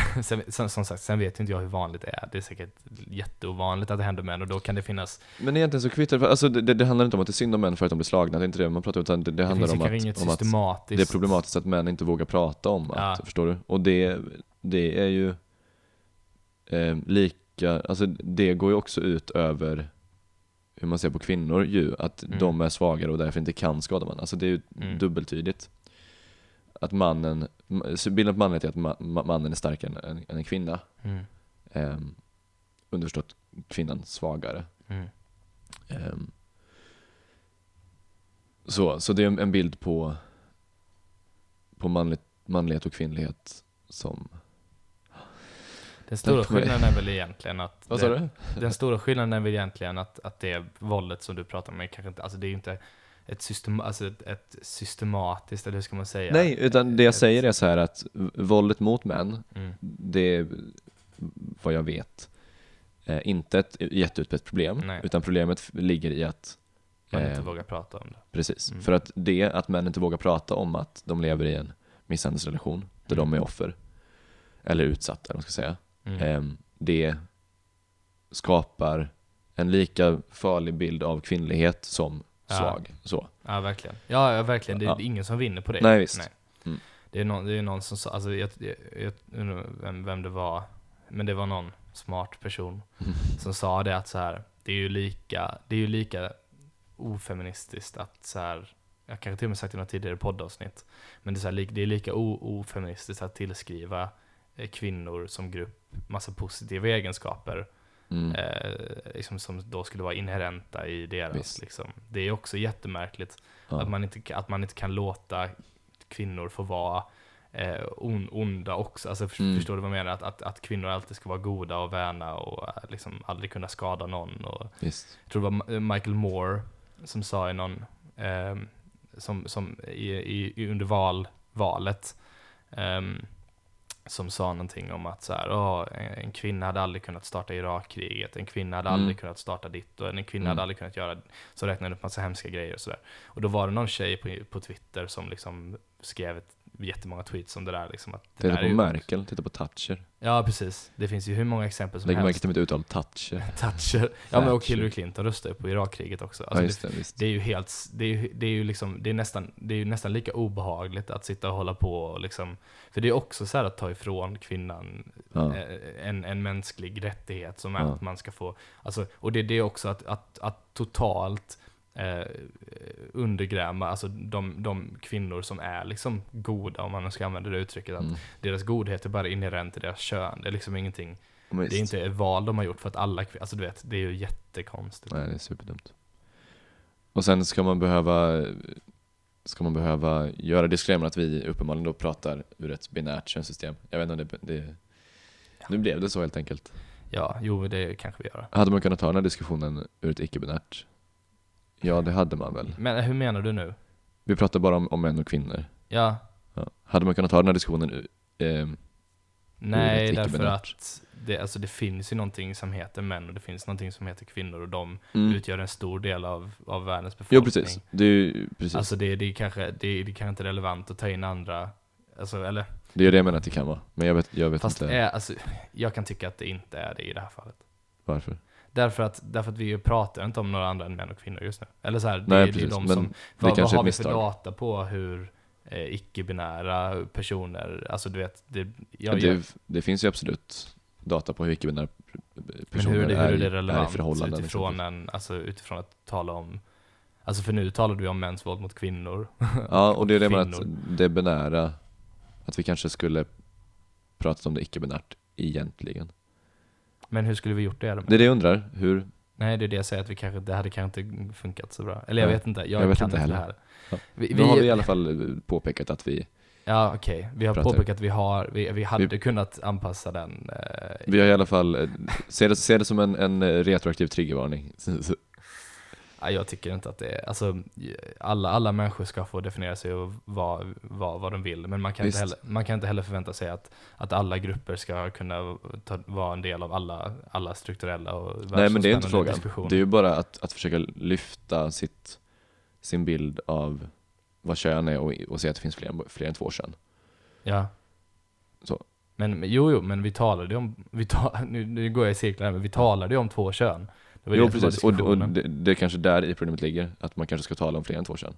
[SPEAKER 1] [laughs] sen, sen, som sagt, sen vet inte jag hur vanligt det är. Det är säkert jätteovanligt att det händer med en och då kan det finnas,
[SPEAKER 2] Men egentligen så kvittar det, alltså det, det, det handlar inte om att det är synd om män för att de blir slagna, det är inte det man pratar om, utan det, det
[SPEAKER 1] det,
[SPEAKER 2] handlar
[SPEAKER 1] finns ju
[SPEAKER 2] om,
[SPEAKER 1] kanske inget
[SPEAKER 2] att, om att
[SPEAKER 1] systematiskt.
[SPEAKER 2] det är problematiskt att män inte vågar prata om att,
[SPEAKER 1] Ja.
[SPEAKER 2] förstår du? Och det, det är ju eh, lika, alltså det går ju också ut över hur man ser på kvinnor ju, att
[SPEAKER 1] Mm.
[SPEAKER 2] de är svagare och därför inte kan skada man. Alltså det är ju
[SPEAKER 1] Mm.
[SPEAKER 2] dubbeltydigt. Att mannen, så bilden på manlighet är att ma, ma, mannen är starkare än, än en kvinna.
[SPEAKER 1] Mm,
[SPEAKER 2] Eh, underförstått kvinnan svagare.
[SPEAKER 1] mm,
[SPEAKER 2] Ehm. Så, så det är en en bild på, på manligt, manlighet och kvinnlighet som...
[SPEAKER 1] Den stora
[SPEAKER 2] Tack för mig.
[SPEAKER 1] skillnaden är väl egentligen att
[SPEAKER 2] Vad
[SPEAKER 1] det-
[SPEAKER 2] sa du?
[SPEAKER 1] Den stora skillnaden är väl egentligen att, att det våldet som du pratar om är kanske inte, alltså det är ju inte ett, system, alltså ett, ett systematiskt, eller hur ska man säga?
[SPEAKER 2] Nej, utan det jag
[SPEAKER 1] Ett-
[SPEAKER 2] säger är så här att v- våldet mot män,
[SPEAKER 1] Mm,
[SPEAKER 2] det är vad jag vet eh, inte ett jätteutbrett problem,
[SPEAKER 1] Nej.
[SPEAKER 2] utan problemet f- ligger i att
[SPEAKER 1] man inte
[SPEAKER 2] Eh.
[SPEAKER 1] vågar prata om det.
[SPEAKER 2] Precis,
[SPEAKER 1] Mm.
[SPEAKER 2] för att det att män inte vågar prata om att de lever i en misshandelsrelation där
[SPEAKER 1] Mm.
[SPEAKER 2] de är offer, eller utsatta, eller vad man ska säga,
[SPEAKER 1] Mm.
[SPEAKER 2] Ehm, det skapar en lika farlig bild av kvinnlighet som
[SPEAKER 1] Ja.
[SPEAKER 2] svag. Så.
[SPEAKER 1] Ja, verkligen. Ja, ja verkligen. Det är
[SPEAKER 2] Ja.
[SPEAKER 1] ingen som vinner på det.
[SPEAKER 2] Nej, visst. Mm.
[SPEAKER 1] Det är någon, det är någon som sa, alltså jag, jag, jag undrar vem, vem det var, men det var någon smart person
[SPEAKER 2] Mm.
[SPEAKER 1] som sa det att så här, det är ju lika, det är ju lika ofeministiskt att så här, jag kanske till och med sagt det i något tidigare poddavsnitt, men det är, så här, lik- det är lika o- ofeministiskt att tillskriva eh, kvinnor som grupp massa positiva egenskaper
[SPEAKER 2] Mm.
[SPEAKER 1] eh, liksom som då skulle vara inherenta i deras.
[SPEAKER 2] Visst.
[SPEAKER 1] Liksom. Det är också jättemärkligt
[SPEAKER 2] Ja.
[SPEAKER 1] att, man inte, att man inte kan låta kvinnor få vara eh, on, onda också. Alltså, för,
[SPEAKER 2] Mm.
[SPEAKER 1] Förstår du vad jag menar? Att, att, att kvinnor alltid ska vara goda och värna och eh, liksom aldrig kunna skada någon. Och,
[SPEAKER 2] Visst.
[SPEAKER 1] jag tror det var Ma- eh, Michael Moore som sa i någon, ehm, som, som i, i, i- under val, valet, ehm, som sa någonting om att så här, "Åh, en- en kvinna hade aldrig kunnat starta Irakkriget, en kvinna hade
[SPEAKER 2] Mm.
[SPEAKER 1] aldrig kunnat starta ditt och en kvinna
[SPEAKER 2] Mm.
[SPEAKER 1] hade aldrig kunnat göra, så räknade han upp massa hemska grejer och sådär. Och då var det någon tjej på, på Twitter som liksom skrev ett, jättemånga tweets om det där. Liksom, att det
[SPEAKER 2] Titta
[SPEAKER 1] där är
[SPEAKER 2] på
[SPEAKER 1] ju-
[SPEAKER 2] Merkel, titta på Thatcher.
[SPEAKER 1] Ja, precis. Det finns ju hur många exempel som
[SPEAKER 2] Lägg märke
[SPEAKER 1] helst. Alltså,
[SPEAKER 2] till mitt uttal, Thatcher.
[SPEAKER 1] Thatcher. Ja, men och
[SPEAKER 2] Thatcher.
[SPEAKER 1] Hillary Clinton röstade ju på Irakkriget också. Alltså,
[SPEAKER 2] ja,
[SPEAKER 1] det
[SPEAKER 2] just det, visst.
[SPEAKER 1] det är ju helt, det är, ju- det är ju liksom, det är nästan, det är ju nästan lika obehagligt att sitta och hålla på och liksom, för det är också så här att ta ifrån kvinnan
[SPEAKER 2] Ja.
[SPEAKER 1] eh, en, en mänsklig rättighet som är
[SPEAKER 2] Ja.
[SPEAKER 1] att man ska få, alltså, och det, det är också att, att, att totalt eh, undergräma, alltså de, de kvinnor som är liksom goda, om man ska använda det uttrycket, att
[SPEAKER 2] Mm.
[SPEAKER 1] deras godhet är bara inherent i deras kön, det är liksom ingenting, det är
[SPEAKER 2] Visst.
[SPEAKER 1] inte ett val de har gjort för att alla kvin- alltså du vet, det är ju jättekonstigt.
[SPEAKER 2] Nej, det är superdumt. Och sen ska man behöva ska man behöva göra disclaimer att vi uppenbarligen då pratar ur ett binärt könssystem. Jag vet inte om det... det Nu blev det så helt enkelt.
[SPEAKER 1] Ja, jo det kanske vi gör.
[SPEAKER 2] Hade man kunnat ta den här diskussionen ur ett icke-binärt? Ja, det hade man väl.
[SPEAKER 1] Men hur menar du nu?
[SPEAKER 2] Vi pratar bara om, om män och kvinnor.
[SPEAKER 1] Ja,
[SPEAKER 2] Ja. Hade man kunnat ta den här diskussionen ur... ehm,
[SPEAKER 1] nej
[SPEAKER 2] icke
[SPEAKER 1] därför
[SPEAKER 2] binärt.
[SPEAKER 1] att det, alltså det finns ju någonting som heter män och det finns någonting som heter kvinnor och de
[SPEAKER 2] mm.
[SPEAKER 1] utgör en stor del av, av världens befolkning.
[SPEAKER 2] Jo, precis. Det är ju precis.
[SPEAKER 1] Alltså det, det, är kanske, det, är- det är kanske inte är relevant att ta in andra, alltså, eller,
[SPEAKER 2] det är ju det jag menar att det kan vara. Men jag vet, jag vet
[SPEAKER 1] fast
[SPEAKER 2] inte
[SPEAKER 1] är, alltså, [laughs] jag kan tycka att det inte är det i det här fallet.
[SPEAKER 2] varför.
[SPEAKER 1] Därför att, därför att vi ju pratar inte om några andra än män och kvinnor just nu. Eller så här, det,
[SPEAKER 2] Nej,
[SPEAKER 1] det är
[SPEAKER 2] precis.
[SPEAKER 1] de
[SPEAKER 2] Men
[SPEAKER 1] som,
[SPEAKER 2] det
[SPEAKER 1] vad, vad
[SPEAKER 2] kanske är
[SPEAKER 1] har
[SPEAKER 2] ett
[SPEAKER 1] vi för
[SPEAKER 2] misstag.
[SPEAKER 1] data på hur eh, icke-binära personer, alltså du vet, det, jag, jag,
[SPEAKER 2] det, det finns ju absolut data på hur icke-binära
[SPEAKER 1] Men
[SPEAKER 2] personer
[SPEAKER 1] hur är det,
[SPEAKER 2] är,
[SPEAKER 1] hur är
[SPEAKER 2] i-
[SPEAKER 1] det
[SPEAKER 2] är i
[SPEAKER 1] relevant
[SPEAKER 2] förhållanden. liksom.
[SPEAKER 1] utifrån, en, alltså, utifrån att tala om Alltså för nu talar du ju om mäns våld mot kvinnor.
[SPEAKER 2] Ja, och det är det med att det binära, att vi kanske skulle prata om det icke-binärt egentligen.
[SPEAKER 1] Men hur skulle vi gjort det? då?
[SPEAKER 2] Det är det jag undrar, hur,
[SPEAKER 1] Nej, det är det jag säger att vi kanske, det hade kanske inte funkat så bra. Eller jag
[SPEAKER 2] Nej,
[SPEAKER 1] vet inte, jag,
[SPEAKER 2] jag vet
[SPEAKER 1] kan
[SPEAKER 2] inte
[SPEAKER 1] inte det
[SPEAKER 2] heller.
[SPEAKER 1] här.
[SPEAKER 2] Ja.
[SPEAKER 1] Vi,
[SPEAKER 2] nu har vi i
[SPEAKER 1] vi,
[SPEAKER 2] alla fall eh, påpekat att vi,
[SPEAKER 1] ja, okej. Vi har
[SPEAKER 2] Pratar.
[SPEAKER 1] påpekat att vi har, vi, vi hade
[SPEAKER 2] Vi-
[SPEAKER 1] kunnat anpassa den. Eh,
[SPEAKER 2] vi har i alla fall, eh, ser det, ser det som en, en retroaktiv triggervarning.
[SPEAKER 1] ja, jag tycker inte att det är, alltså alla, alla människor ska få definiera sig och vad, vad, vad de vill. Men man kan, inte
[SPEAKER 2] Visst.
[SPEAKER 1] heller, man kan inte heller förvänta sig att, att alla grupper ska kunna ta, vara en del av alla, alla strukturella och
[SPEAKER 2] Nej men det är inte
[SPEAKER 1] världsomspännande
[SPEAKER 2] frågan,
[SPEAKER 1] diskussioner.
[SPEAKER 2] det är ju bara att, att försöka lyfta sitt, sin bild av vad kön är och, och se att det finns fler, än- fler än två kön.
[SPEAKER 1] Ja.
[SPEAKER 2] Så.
[SPEAKER 1] Men, men jo, jo, men vi talade ju om, vi ta, [laughs] nu, nu går jag i cirklar här, men vi talade ju om två kön. Det var
[SPEAKER 2] Jo
[SPEAKER 1] det som var
[SPEAKER 2] precis, och, och
[SPEAKER 1] diskussionen.
[SPEAKER 2] det, det är kanske där i problemet ligger, att man kanske ska tala om fler än två kön.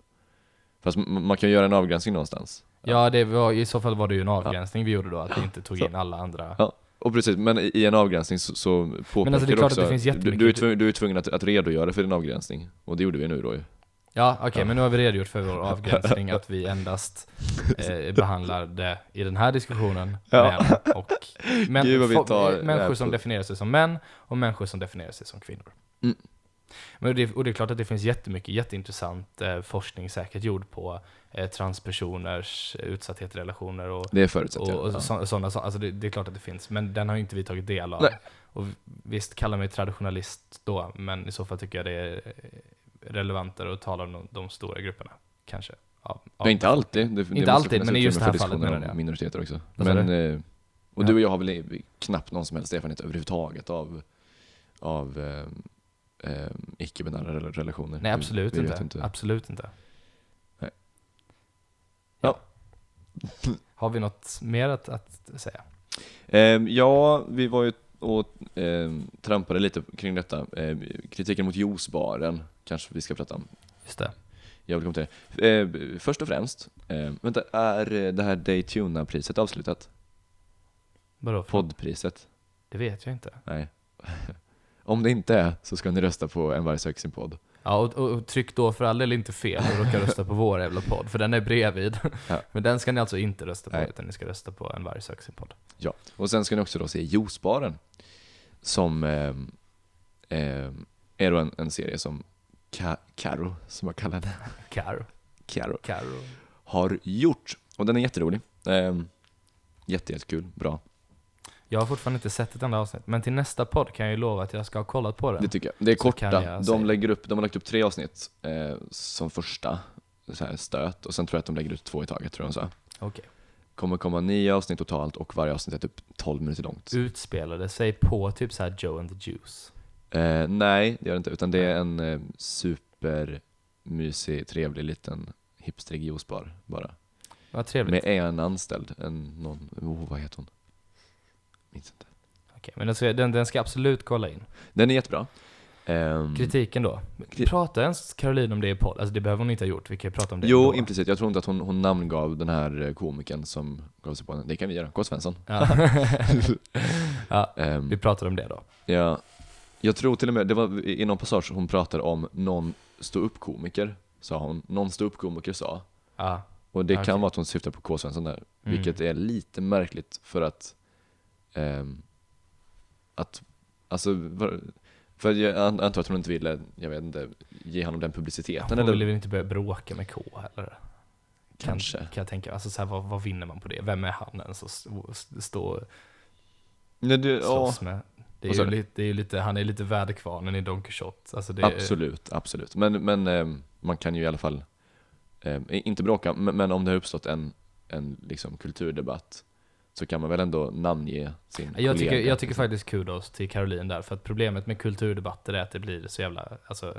[SPEAKER 2] Fast man, man kan ju göra en avgränsning någonstans.
[SPEAKER 1] Ja, det var, i så fall var det ju en avgränsning vi gjorde då, att vi inte tog
[SPEAKER 2] Så.
[SPEAKER 1] in alla andra.
[SPEAKER 2] Ja, och precis, men i i en avgränsning så, så påpekar
[SPEAKER 1] Men alltså, det är
[SPEAKER 2] du
[SPEAKER 1] klart att
[SPEAKER 2] också,
[SPEAKER 1] det finns
[SPEAKER 2] du,
[SPEAKER 1] jättemycket-
[SPEAKER 2] du, är tvungen, du är tvungen att, att redogöra för din avgränsning, och det gjorde vi nu då ju.
[SPEAKER 1] Ja, okej,
[SPEAKER 2] Ja.
[SPEAKER 1] men nu har vi redogjort för vår avgränsning, att vi endast eh, behandlar det i den här diskussionen,
[SPEAKER 2] Ja.
[SPEAKER 1] män och män,
[SPEAKER 2] Gud, vad vi
[SPEAKER 1] fo-
[SPEAKER 2] tar
[SPEAKER 1] eh, människor
[SPEAKER 2] rap
[SPEAKER 1] som
[SPEAKER 2] på.
[SPEAKER 1] definierar sig som män och människor som definierar sig som kvinnor.
[SPEAKER 2] Mm.
[SPEAKER 1] Men det, och det är klart att det finns jättemycket jätteintressant eh, forskning säkert gjord på eh, transpersoners utsatthet i relationer och,
[SPEAKER 2] Det förutsätter
[SPEAKER 1] och,
[SPEAKER 2] jag.
[SPEAKER 1] och
[SPEAKER 2] ja.
[SPEAKER 1] så, sådana saker. Alltså det, det är klart att det finns, men den har ju inte vi tagit del av.
[SPEAKER 2] Nej.
[SPEAKER 1] Och visst, kalla mig traditionalist då, men i så fall tycker jag det är eh, relevantare att tala om de, de stora grupperna. Kanske. Ja, ja.
[SPEAKER 2] Nej, inte alltid. Det, det måste
[SPEAKER 1] alltid,
[SPEAKER 2] finnas
[SPEAKER 1] men i
[SPEAKER 2] utrymme
[SPEAKER 1] just det här
[SPEAKER 2] för
[SPEAKER 1] fallet
[SPEAKER 2] diskussioner
[SPEAKER 1] menar
[SPEAKER 2] om
[SPEAKER 1] jag.
[SPEAKER 2] minoriteter också.
[SPEAKER 1] Vad sa
[SPEAKER 2] Men, eh, och
[SPEAKER 1] Ja.
[SPEAKER 2] du och jag har väl i- knappt någon som helst erfarenhet överhuvudtaget av, av ehm, ehm, icke-binära rel- relationer.
[SPEAKER 1] Nej,
[SPEAKER 2] Vi-
[SPEAKER 1] absolut
[SPEAKER 2] vi vet
[SPEAKER 1] inte. Absolut inte.
[SPEAKER 2] Nej.
[SPEAKER 1] Ja. Har vi något mer att, att säga?
[SPEAKER 2] Ehm, ja, vi var ju och ehm, trampade lite kring detta. Ehm, kritiken mot juicebaren kanske vi ska prata om
[SPEAKER 1] Just det.
[SPEAKER 2] Jag vill kommentera. Eh, b- först och främst, eh, vänta, är eh, det här Daytuna-priset avslutat?
[SPEAKER 1] Vadå?
[SPEAKER 2] Poddpriset?
[SPEAKER 1] Det vet jag inte.
[SPEAKER 2] Nej. [laughs] Om det inte är så ska ni rösta på En varg söker sin podd.
[SPEAKER 1] Ja, och, och, och tryck då för all del inte fel och råkar rösta på vår jävla podd, för den är bredvid.
[SPEAKER 2] Ja.
[SPEAKER 1] Men den ska ni alltså inte rösta på,
[SPEAKER 2] Nej.
[SPEAKER 1] utan ni ska rösta på En varg söker sin podd.
[SPEAKER 2] Ja, och sen ska ni också då se Juicebaren som eh, eh, är då en, en serie som Ka- Karo, som jag kallar henne,
[SPEAKER 1] Karo.
[SPEAKER 2] Karo,
[SPEAKER 1] Karo.
[SPEAKER 2] har gjort. Och den är jätterolig. Eh, jätte, jättekul, bra.
[SPEAKER 1] Jag har fortfarande inte sett ett enda avsnitt, men till nästa podd kan jag ju lova att jag ska ha kollat på den.
[SPEAKER 2] Det tycker jag. Det är
[SPEAKER 1] Så kan
[SPEAKER 2] korta.
[SPEAKER 1] jag
[SPEAKER 2] De,
[SPEAKER 1] säga.
[SPEAKER 2] lägger upp, de har lagt upp tre avsnitt eh, som första så här stöt och sen tror jag att de lägger ut två i taget tror jag de sa.
[SPEAKER 1] Okej.
[SPEAKER 2] Kommer komma nio avsnitt totalt och varje avsnitt är typ 12 minuter långt.
[SPEAKER 1] Utspelade sig på typ så här Joe and the Juice.
[SPEAKER 2] Eh, nej, det gör det inte. Utan det är en eh, supermysig, trevlig liten hipstrig juicebar bara.
[SPEAKER 1] Vad trevligt.
[SPEAKER 2] Med en anställd, en någon, oh, vad heter hon? Minns inte.
[SPEAKER 1] Okej, men den ska, den, den ska jag absolut kolla in.
[SPEAKER 2] Den är jättebra. Ehm,
[SPEAKER 1] Kritiken då?
[SPEAKER 2] Mm. Kri-
[SPEAKER 1] Pratar ens Caroline om det i podd? Alltså det behöver hon inte ha gjort, vi kan ju prata om det
[SPEAKER 2] jo,
[SPEAKER 1] ändå.
[SPEAKER 2] implicit. Jag tror inte att hon, hon namngav den här eh, komikern som gav sig på henne. Det kan vi göra. K. Svensson. [laughs]
[SPEAKER 1] Ja. ja,
[SPEAKER 2] Ehm,
[SPEAKER 1] vi pratar om det då.
[SPEAKER 2] Ja, jag tror till och med, det var i i någon passage hon pratade om någon ståuppkomiker, sa hon. Någon ståuppkomiker sa.
[SPEAKER 1] Ja.
[SPEAKER 2] Och det
[SPEAKER 1] Okej.
[SPEAKER 2] kan vara att hon syftar på K. Svensson där,
[SPEAKER 1] Mm.
[SPEAKER 2] vilket är lite märkligt för att, ehm, att, alltså, var, för jag an- antar att hon inte ville, jag vet inte, ge honom den publiciteten
[SPEAKER 1] Hon
[SPEAKER 2] eller
[SPEAKER 1] ville väl inte börja bråka med K heller?
[SPEAKER 2] kanske.
[SPEAKER 1] Kan, kan jag tänka, alltså så här, vad, vad vinner man på det? Vem är han ens att stå, stå och
[SPEAKER 2] Nej, du, ja,
[SPEAKER 1] slåss med? Det
[SPEAKER 2] Vad
[SPEAKER 1] är
[SPEAKER 2] sa
[SPEAKER 1] ju
[SPEAKER 2] du?
[SPEAKER 1] lite, det är ju lite, han är lite väderkvarnen i Don Quixote. Alltså det är,
[SPEAKER 2] absolut, absolut. Men, men ehm, man kan ju i alla fall, ehm, inte bråka, men, men om det har uppstått en, en liksom kulturdebatt så kan man väl ändå namnge sin kollega.
[SPEAKER 1] Jag tycker, jag tycker faktiskt kudos till Caroline där, för att problemet med kulturdebatter är att det blir så jävla, alltså,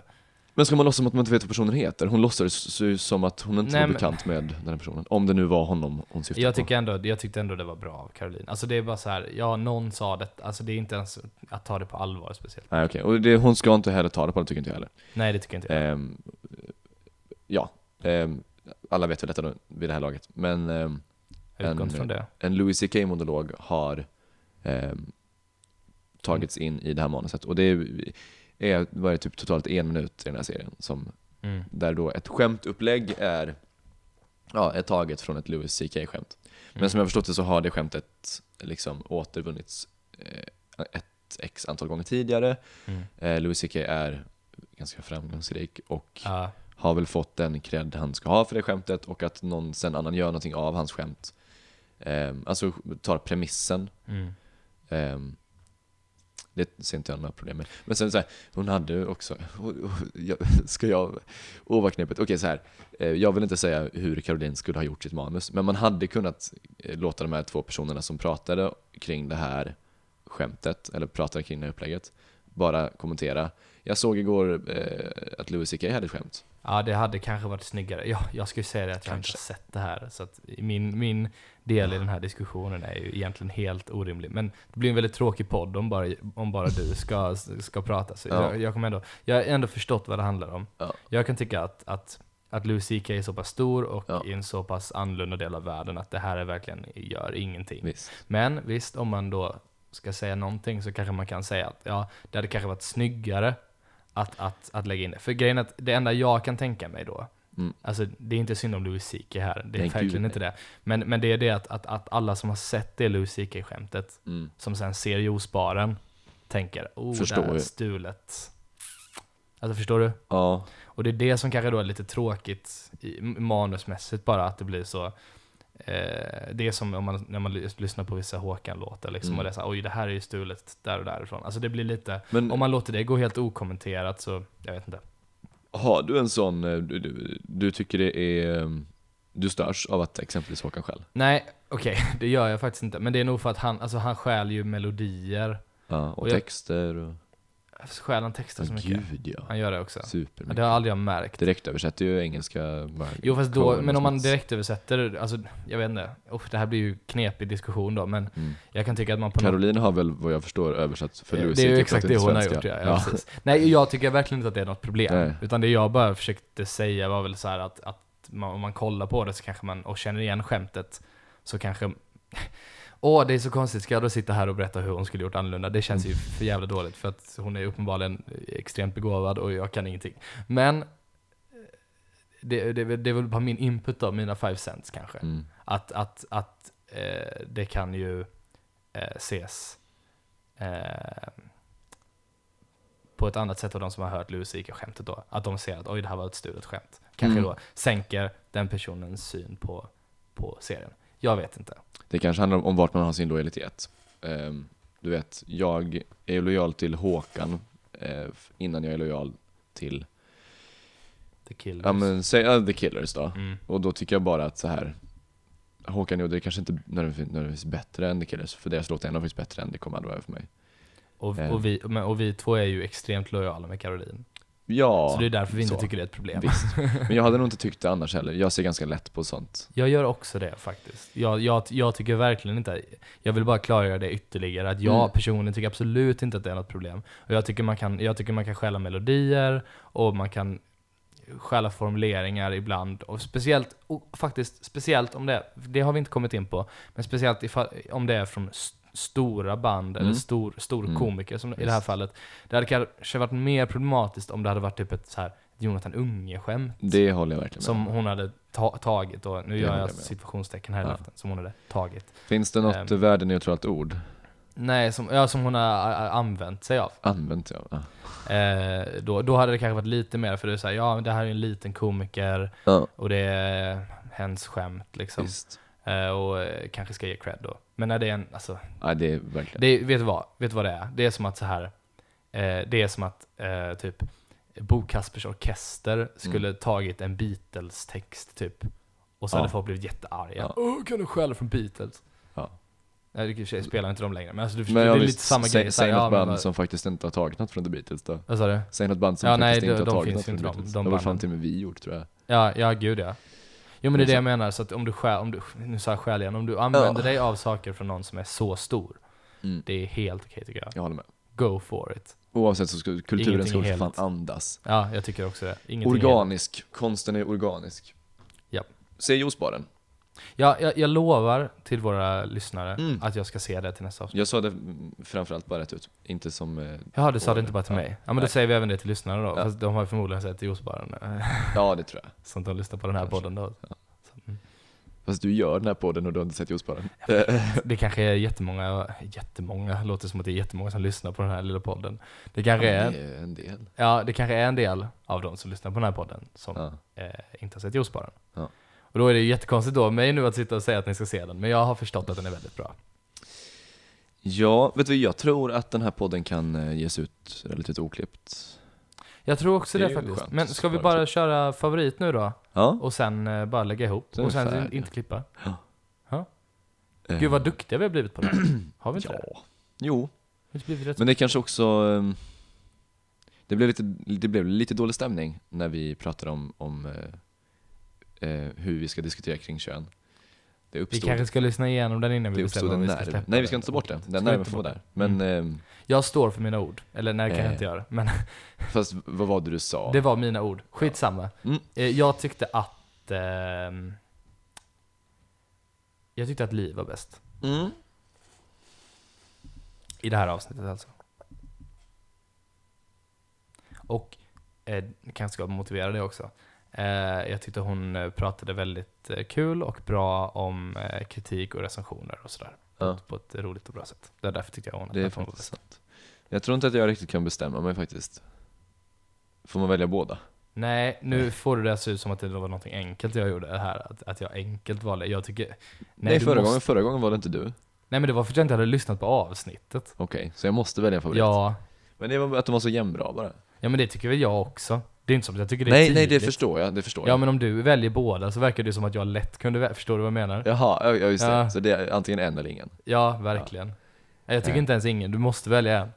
[SPEAKER 2] Men ska man låtsas som att man inte vet vad personen heter? Hon låtsades ju som att hon inte
[SPEAKER 1] Nej,
[SPEAKER 2] var
[SPEAKER 1] men-
[SPEAKER 2] bekant med den här personen. Om det nu var honom hon syftade
[SPEAKER 1] jag,
[SPEAKER 2] på.
[SPEAKER 1] tycker ändå, jag tyckte ändå det var bra av Caroline. Alltså det är bara så här, ja någon sa det, alltså det är inte ens att ta det på allvar speciellt.
[SPEAKER 2] Nej okej, och det, hon ska inte heller ta det på det tycker inte jag heller.
[SPEAKER 1] Nej det tycker inte jag.
[SPEAKER 2] Ehm, ja, ehm, alla vet väl detta nu, vid det här laget. Men ehm,
[SPEAKER 1] Jag utgår
[SPEAKER 2] en-
[SPEAKER 1] inte från det.
[SPEAKER 2] en Louis CK monolog har ehm, tagits in i det här manuset. Och det är, är vad är det, typ totalt en minut i den här serien. Som,
[SPEAKER 1] Mm.
[SPEAKER 2] där då ett skämtupplägg är, ja, är taget från ett Louis CK-skämt. Men som jag förstått det så har det skämtet liksom återvunnits eh, ett x antal gånger tidigare.
[SPEAKER 1] Mm.
[SPEAKER 2] Eh, Louis CK är ganska framgångsrik och
[SPEAKER 1] Ja,
[SPEAKER 2] har väl fått den cred han ska ha för det skämtet och att någon sen annan gör någonting av hans skämt. Eh, alltså tar premissen.
[SPEAKER 1] mm.
[SPEAKER 2] Eh, det ser inte jag några problem med. Men sen så här, hon hade ju också, jag, ska jag, åh vad knepigt. Okej så här, eh, jag vill inte säga hur Caroline skulle ha gjort sitt manus, men man hade kunnat eh, låta de här två personerna som pratade kring det här skämtet, eller pratade kring det här upplägget, bara kommentera. Jag såg igår eh, att Louis CK hade ett skämt.
[SPEAKER 1] Ja, det hade kanske varit snyggare. Ja, jag skulle säga det att jag
[SPEAKER 2] Kanske.
[SPEAKER 1] inte har sett det här. Så att min, min del i den här diskussionen är ju egentligen helt orimlig. Men det blir en väldigt tråkig podd om bara, om bara du ska, ska prata. Så
[SPEAKER 2] Ja.
[SPEAKER 1] jag, jag, kommer ändå, jag har ändå förstått vad det handlar om.
[SPEAKER 2] Ja.
[SPEAKER 1] Jag kan tycka att, att, att Louis CK är så pass stor och
[SPEAKER 2] Ja.
[SPEAKER 1] i en så pass annorlunda del av världen att det här är verkligen gör ingenting.
[SPEAKER 2] Visst.
[SPEAKER 1] Men visst, om man då ska säga någonting så kanske man kan säga att ja, det hade kanske varit snyggare att, att, att lägga in det. För grejen är att det enda jag kan tänka mig då,
[SPEAKER 2] Mm.
[SPEAKER 1] alltså det är inte synd om Louis CK här, det är
[SPEAKER 2] Nej,
[SPEAKER 1] verkligen
[SPEAKER 2] gud,
[SPEAKER 1] inte det. Men, men det är det att, att, att alla som har sett det Louis CK-skämtet,
[SPEAKER 2] Mm.
[SPEAKER 1] som sen ser juicebaren, tänker oh,
[SPEAKER 2] Förstår
[SPEAKER 1] det här är
[SPEAKER 2] ju.
[SPEAKER 1] stulet. Alltså förstår du?
[SPEAKER 2] Ja,
[SPEAKER 1] Och det är det som kanske då är lite tråkigt i, manusmässigt bara, att det blir så. Eh, det är som om man, när man lys- lyssnar på vissa Håkan-låtar liksom,
[SPEAKER 2] Mm.
[SPEAKER 1] och det är så här, oj det här är ju stulet där och därifrån. Alltså det blir lite,
[SPEAKER 2] men
[SPEAKER 1] om man låter det gå helt okommenterat så, jag vet inte.
[SPEAKER 2] har du en sån, eh, du, du, du tycker det är, eh, du störs av att exempelvis Håkan själv?
[SPEAKER 1] Nej, okej, [laughs] det gör jag faktiskt inte. Men det är nog för att han, alltså han stjäl ju melodier.
[SPEAKER 2] Ja, och,
[SPEAKER 1] Och jag-
[SPEAKER 2] texter och...
[SPEAKER 1] Stjäl han texter så
[SPEAKER 2] Men
[SPEAKER 1] mycket?
[SPEAKER 2] gud ja.
[SPEAKER 1] Han gör det också. Ja,
[SPEAKER 2] Supermycket.
[SPEAKER 1] Det har aldrig jag märkt.
[SPEAKER 2] Direktöversätter ju engelska. bara
[SPEAKER 1] Jo fast då,
[SPEAKER 2] Cohen
[SPEAKER 1] men
[SPEAKER 2] och
[SPEAKER 1] om man
[SPEAKER 2] Smiths.
[SPEAKER 1] direktöversätter, alltså jag vet inte. Oh, det här blir ju knepig diskussion då, men
[SPEAKER 2] Mm.
[SPEAKER 1] jag kan tycka att man på något
[SPEAKER 2] Caroline har väl vad jag förstår översatt för
[SPEAKER 1] Eh,
[SPEAKER 2] Lucy
[SPEAKER 1] Det är
[SPEAKER 2] till
[SPEAKER 1] ju
[SPEAKER 2] att
[SPEAKER 1] exakt
[SPEAKER 2] inte
[SPEAKER 1] det hon har
[SPEAKER 2] svenska.
[SPEAKER 1] gjort ja, ja. precis. Nej jag tycker verkligen inte att det är något problem.
[SPEAKER 2] Nej.
[SPEAKER 1] Utan det jag bara försökte säga var väl så här att, att man, om man kollar på det så kanske man, och känner igen skämtet, så kanske [laughs] Åh, det är så konstigt. Ska jag då sitta här och berätta hur hon skulle gjort annorlunda? Det känns ju för jävla dåligt för att hon är uppenbarligen extremt begåvad och jag kan ingenting. Men eh, det, det, det är väl bara min input då, mina five cents kanske.
[SPEAKER 2] Mm.
[SPEAKER 1] Att, att, att eh, det kan ju eh, ses eh, på ett annat sätt av de som har hört Lusika-skämtet då. Att de ser att oj, det här var ett stulet skämt. Kanske
[SPEAKER 2] Mm.
[SPEAKER 1] då sänker den personens syn på, på serien. Jag vet inte.
[SPEAKER 2] Det kanske handlar om, om vart man har sin lojalitet. Ehm, du vet, jag är ju lojal till Håkan eh, f- innan jag är lojal till,
[SPEAKER 1] The Killers.
[SPEAKER 2] ja men säg uh, The Killers då.
[SPEAKER 1] mm.
[SPEAKER 2] Och då tycker jag bara att så här Håkan Jude är kanske inte nödvändigtvis, nödvändigtvis bättre än The Killers, för deras låt är ändå faktiskt bättre än Det kommer aldrig vara över för mig.
[SPEAKER 1] och,
[SPEAKER 2] eh.
[SPEAKER 1] och, vi, men, och vi två är ju extremt lojala med Caroline.
[SPEAKER 2] Ja,
[SPEAKER 1] så det är därför vi inte
[SPEAKER 2] så.
[SPEAKER 1] tycker det är ett problem. [laughs]
[SPEAKER 2] visst. Men jag hade nog inte tyckt det annars heller. Jag ser ganska lätt på sånt.
[SPEAKER 1] Jag gör också det faktiskt. Jag, jag, jag tycker verkligen inte, jag vill bara klargöra det ytterligare, att jag
[SPEAKER 2] Mm.
[SPEAKER 1] personligen tycker absolut inte att det är något problem. Och jag, tycker man kan, jag tycker man kan stjäla melodier och man kan stjäla formuleringar ibland. Och speciellt, och faktiskt speciellt om det, det har vi inte kommit in på, men speciellt ifall, om det är från s- stora band eller
[SPEAKER 2] Mm.
[SPEAKER 1] stor, stor
[SPEAKER 2] Mm.
[SPEAKER 1] komiker som i det här
[SPEAKER 2] Visst.
[SPEAKER 1] fallet. Det hade kanske varit mer problematiskt om det hade varit typ ett så här Jonathan Unge-skämt.
[SPEAKER 2] Det håller jag verkligen med
[SPEAKER 1] Som
[SPEAKER 2] om.
[SPEAKER 1] hon hade ta- tagit då, nu
[SPEAKER 2] Det
[SPEAKER 1] gör
[SPEAKER 2] håller
[SPEAKER 1] jag
[SPEAKER 2] jag med om.
[SPEAKER 1] situationstecken här i
[SPEAKER 2] Ja.
[SPEAKER 1] luften, som hon hade tagit.
[SPEAKER 2] Finns det något
[SPEAKER 1] Ehm.
[SPEAKER 2] värdeneutralt ord?
[SPEAKER 1] Nej, som, ja, som hon har ä, använt sig av.
[SPEAKER 2] Använt jag. Ja. Ah,
[SPEAKER 1] Eh, då, då hade det kanske varit lite mer, för det är såhär, ja men det här är en liten komiker
[SPEAKER 2] Ja,
[SPEAKER 1] och det är hens skämt liksom.
[SPEAKER 2] visst.
[SPEAKER 1] Eh, och eh, kanske ska ge cred då. Men när det är en, alltså,
[SPEAKER 2] Ja, det är verkligen.
[SPEAKER 1] det är, vet, du vad, vet du vad det är? Det är som att så här eh, det är som att eh, typ Bo Kaspers orkester skulle tagit en Beatles-text typ. Och så
[SPEAKER 2] Mm. Ja.
[SPEAKER 1] hade folk blivit jättearga.
[SPEAKER 2] Ja.
[SPEAKER 1] Åh, kan du stjäla från Beatles?
[SPEAKER 2] Ja.
[SPEAKER 1] Nej, det i och för sig spelar inte de längre, men alltså du förstår,
[SPEAKER 2] Men
[SPEAKER 1] det
[SPEAKER 2] ja,
[SPEAKER 1] är
[SPEAKER 2] visst,
[SPEAKER 1] lite samma
[SPEAKER 2] säg,
[SPEAKER 1] grej. så här,
[SPEAKER 2] säg något
[SPEAKER 1] ja, men
[SPEAKER 2] band
[SPEAKER 1] vad-
[SPEAKER 2] som faktiskt inte har tagit något från The Beatles då.
[SPEAKER 1] Vad sa du?
[SPEAKER 2] Säg något band som
[SPEAKER 1] Ja, nej,
[SPEAKER 2] faktiskt
[SPEAKER 1] de-
[SPEAKER 2] inte
[SPEAKER 1] de
[SPEAKER 2] har tagit
[SPEAKER 1] finns
[SPEAKER 2] något
[SPEAKER 1] ju
[SPEAKER 2] från
[SPEAKER 1] inte,
[SPEAKER 2] The
[SPEAKER 1] de-
[SPEAKER 2] Beatles.
[SPEAKER 1] de
[SPEAKER 2] det var fan
[SPEAKER 1] banden.
[SPEAKER 2] till och med vi gjort tror jag.
[SPEAKER 1] Ja, ja gud ja. Jo men det är det
[SPEAKER 2] så-
[SPEAKER 1] jag menar, så att om du stjäl, om du, nu sa jag stjäl igen, om du använder dig av saker från någon som är så stor,
[SPEAKER 2] Mm.
[SPEAKER 1] det är helt okej tycker jag.
[SPEAKER 2] Jag håller med.
[SPEAKER 1] Go for it.
[SPEAKER 2] Oavsett så ska kulturen
[SPEAKER 1] Ingenting
[SPEAKER 2] ska
[SPEAKER 1] är
[SPEAKER 2] för fan
[SPEAKER 1] heligt.
[SPEAKER 2] andas.
[SPEAKER 1] Ja, jag tycker också det. Ingenting
[SPEAKER 2] organisk, konsten är organisk.
[SPEAKER 1] Japp.
[SPEAKER 2] Se juicebaren.
[SPEAKER 1] Ja, jag, jag lovar till våra lyssnare
[SPEAKER 2] Mm.
[SPEAKER 1] att jag ska se det till nästa avsnitt.
[SPEAKER 2] Jag sa det mm, framförallt bara rätt ut, inte som... eh,
[SPEAKER 1] Jaha, du sa det inte bara till
[SPEAKER 2] Ja.
[SPEAKER 1] mig? Ja men då
[SPEAKER 2] Nej.
[SPEAKER 1] säger vi även det till lyssnarna då,
[SPEAKER 2] Ja.
[SPEAKER 1] fast de har ju förmodligen sett Josebaren, [laughs]
[SPEAKER 2] Ja det tror jag.
[SPEAKER 1] så att de lyssnar på den här
[SPEAKER 2] Kanske.
[SPEAKER 1] podden då.
[SPEAKER 2] Fast du gör den här podden och du har inte sett juicebaren.
[SPEAKER 1] Det kanske är jättemånga, jättemånga, låter som att det är jättemånga som lyssnar på den här lilla podden. Det kanske,
[SPEAKER 2] Ja,
[SPEAKER 1] är,
[SPEAKER 2] det är en del.
[SPEAKER 1] ja, det kanske är en del av de som lyssnar på den här podden som
[SPEAKER 2] Ja.
[SPEAKER 1] eh, inte har sett Juicebaren.
[SPEAKER 2] Ja.
[SPEAKER 1] Och då är det ju jättekonstigt då av mig nu att sitta och säga att ni ska se den, men jag har förstått att den är väldigt bra.
[SPEAKER 2] ja, vet du jag tror att den här podden kan eh, ges ut relativt oklippt.
[SPEAKER 1] Jag tror också
[SPEAKER 2] Det
[SPEAKER 1] det,
[SPEAKER 2] är ju
[SPEAKER 1] faktiskt.
[SPEAKER 2] skönt.
[SPEAKER 1] Men ska vi bara köra favorit nu då?
[SPEAKER 2] Ja.
[SPEAKER 1] Och sen eh, bara lägga ihop?
[SPEAKER 2] Sen är
[SPEAKER 1] och
[SPEAKER 2] vi
[SPEAKER 1] sen
[SPEAKER 2] färdiga.
[SPEAKER 1] inte klippa?
[SPEAKER 2] eh,
[SPEAKER 1] Gud vad duktiga vi har blivit på det här.
[SPEAKER 2] [clears throat]
[SPEAKER 1] Har vi inte det?
[SPEAKER 2] Ja. Jo,
[SPEAKER 1] Har inte blivit rätt
[SPEAKER 2] men det kanske också... ehm, Det blev lite, det blev lite dålig stämning när vi pratade om, om eh, eh, hur vi ska diskutera kring kön. Det
[SPEAKER 1] vi
[SPEAKER 2] uppstod
[SPEAKER 1] kanske ska lyssna igenom den innan vi
[SPEAKER 2] Det uppstod
[SPEAKER 1] bestämmer
[SPEAKER 2] en
[SPEAKER 1] om vi ska
[SPEAKER 2] nerv.
[SPEAKER 1] släppa
[SPEAKER 2] Nej, vi ska
[SPEAKER 1] den.
[SPEAKER 2] inte ta bort den.
[SPEAKER 1] Ska
[SPEAKER 2] Den
[SPEAKER 1] vi
[SPEAKER 2] nerven
[SPEAKER 1] inte ta
[SPEAKER 2] får vara
[SPEAKER 1] bort Mm.
[SPEAKER 2] där. Men, ehm,
[SPEAKER 1] Jag står för mina ord. Eller nej, det kan jag
[SPEAKER 2] Eh.
[SPEAKER 1] inte göra. Men
[SPEAKER 2] fast vad var det du sa?
[SPEAKER 1] [laughs] det var mina ord. Skitsamma.
[SPEAKER 2] Mm.
[SPEAKER 1] Eh, Jag tyckte att... ehm, jag tyckte att Liv var bäst.
[SPEAKER 2] Mm.
[SPEAKER 1] I det här avsnittet alltså. Och, eh, kanske ska motivera det också. Eh, jag tyckte hon eh, pratade väldigt eh, kul och bra om eh, kritik och recensioner och sådär.
[SPEAKER 2] Ja,
[SPEAKER 1] På ett roligt och bra sätt. Det är därför tyckte jag hon att
[SPEAKER 2] det är
[SPEAKER 1] att hon var
[SPEAKER 2] faktiskt
[SPEAKER 1] bäst.
[SPEAKER 2] sant. Jag tror inte att jag riktigt kan bestämma mig faktiskt. Får man välja båda?
[SPEAKER 1] Nej, nu får du det att se ut som att det var något enkelt jag gjorde här. Att, att jag enkelt valde. Jag tycker... Nej,
[SPEAKER 2] Nej,
[SPEAKER 1] du
[SPEAKER 2] förra,
[SPEAKER 1] måste-
[SPEAKER 2] gången, förra gången var det inte du.
[SPEAKER 1] Nej men det var för att jag inte hade lyssnat på avsnittet.
[SPEAKER 2] Okej, så jag måste välja en favorit.
[SPEAKER 1] Ja,
[SPEAKER 2] Men det var att de var så jämnbra bara.
[SPEAKER 1] ja men det tycker väl jag också. Det är inte som att jag tycker det är
[SPEAKER 2] Nej, nej, det
[SPEAKER 1] tidigt.
[SPEAKER 2] förstår jag. Det förstår
[SPEAKER 1] Ja
[SPEAKER 2] jag.
[SPEAKER 1] men om du väljer båda så verkar det som att jag lätt kunde välja. Förstår du vad jag menar? Ja,
[SPEAKER 2] Jaha, ja, ja, just det.
[SPEAKER 1] Ja.
[SPEAKER 2] Så det är antingen en eller ingen.
[SPEAKER 1] verkligen. Nej, Jag tycker
[SPEAKER 2] Ja.
[SPEAKER 1] inte ens ingen. Du måste välja en.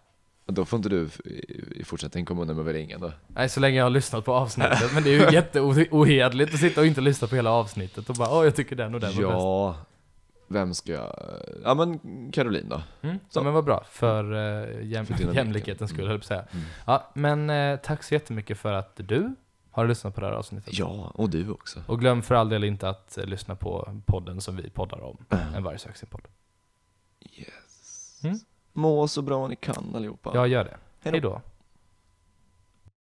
[SPEAKER 2] Då får inte du f- i i fortsättningen komma undan med väl ingen då.
[SPEAKER 1] Nej, så länge jag har lyssnat på avsnittet. Men det är
[SPEAKER 2] [laughs]
[SPEAKER 1] ju jätteohederligt att sitta och inte lyssna på hela avsnittet och bara åh, jag tycker den och den var bäst.
[SPEAKER 2] Ja, vem ska jag... Ja men Caroline då.
[SPEAKER 1] Mm,
[SPEAKER 2] Så.
[SPEAKER 1] så. Men vad bra, för, eh, jäm-
[SPEAKER 2] För dynamiken.
[SPEAKER 1] jämlikhetens skull, höll jag på att säga.
[SPEAKER 2] Mm.
[SPEAKER 1] Ja, men eh, tack så jättemycket för att du har lyssnat på det här avsnittet.
[SPEAKER 2] Ja, och du också.
[SPEAKER 1] Och glöm för all del inte att eh, lyssna på podden som vi poddar om,
[SPEAKER 2] Äh.
[SPEAKER 1] En varje sök sin podd.
[SPEAKER 2] Yes.
[SPEAKER 1] Mm.
[SPEAKER 2] Må så bra ni kan allihopa.
[SPEAKER 1] Jag gör det.
[SPEAKER 2] Hej då.
[SPEAKER 1] Hej då.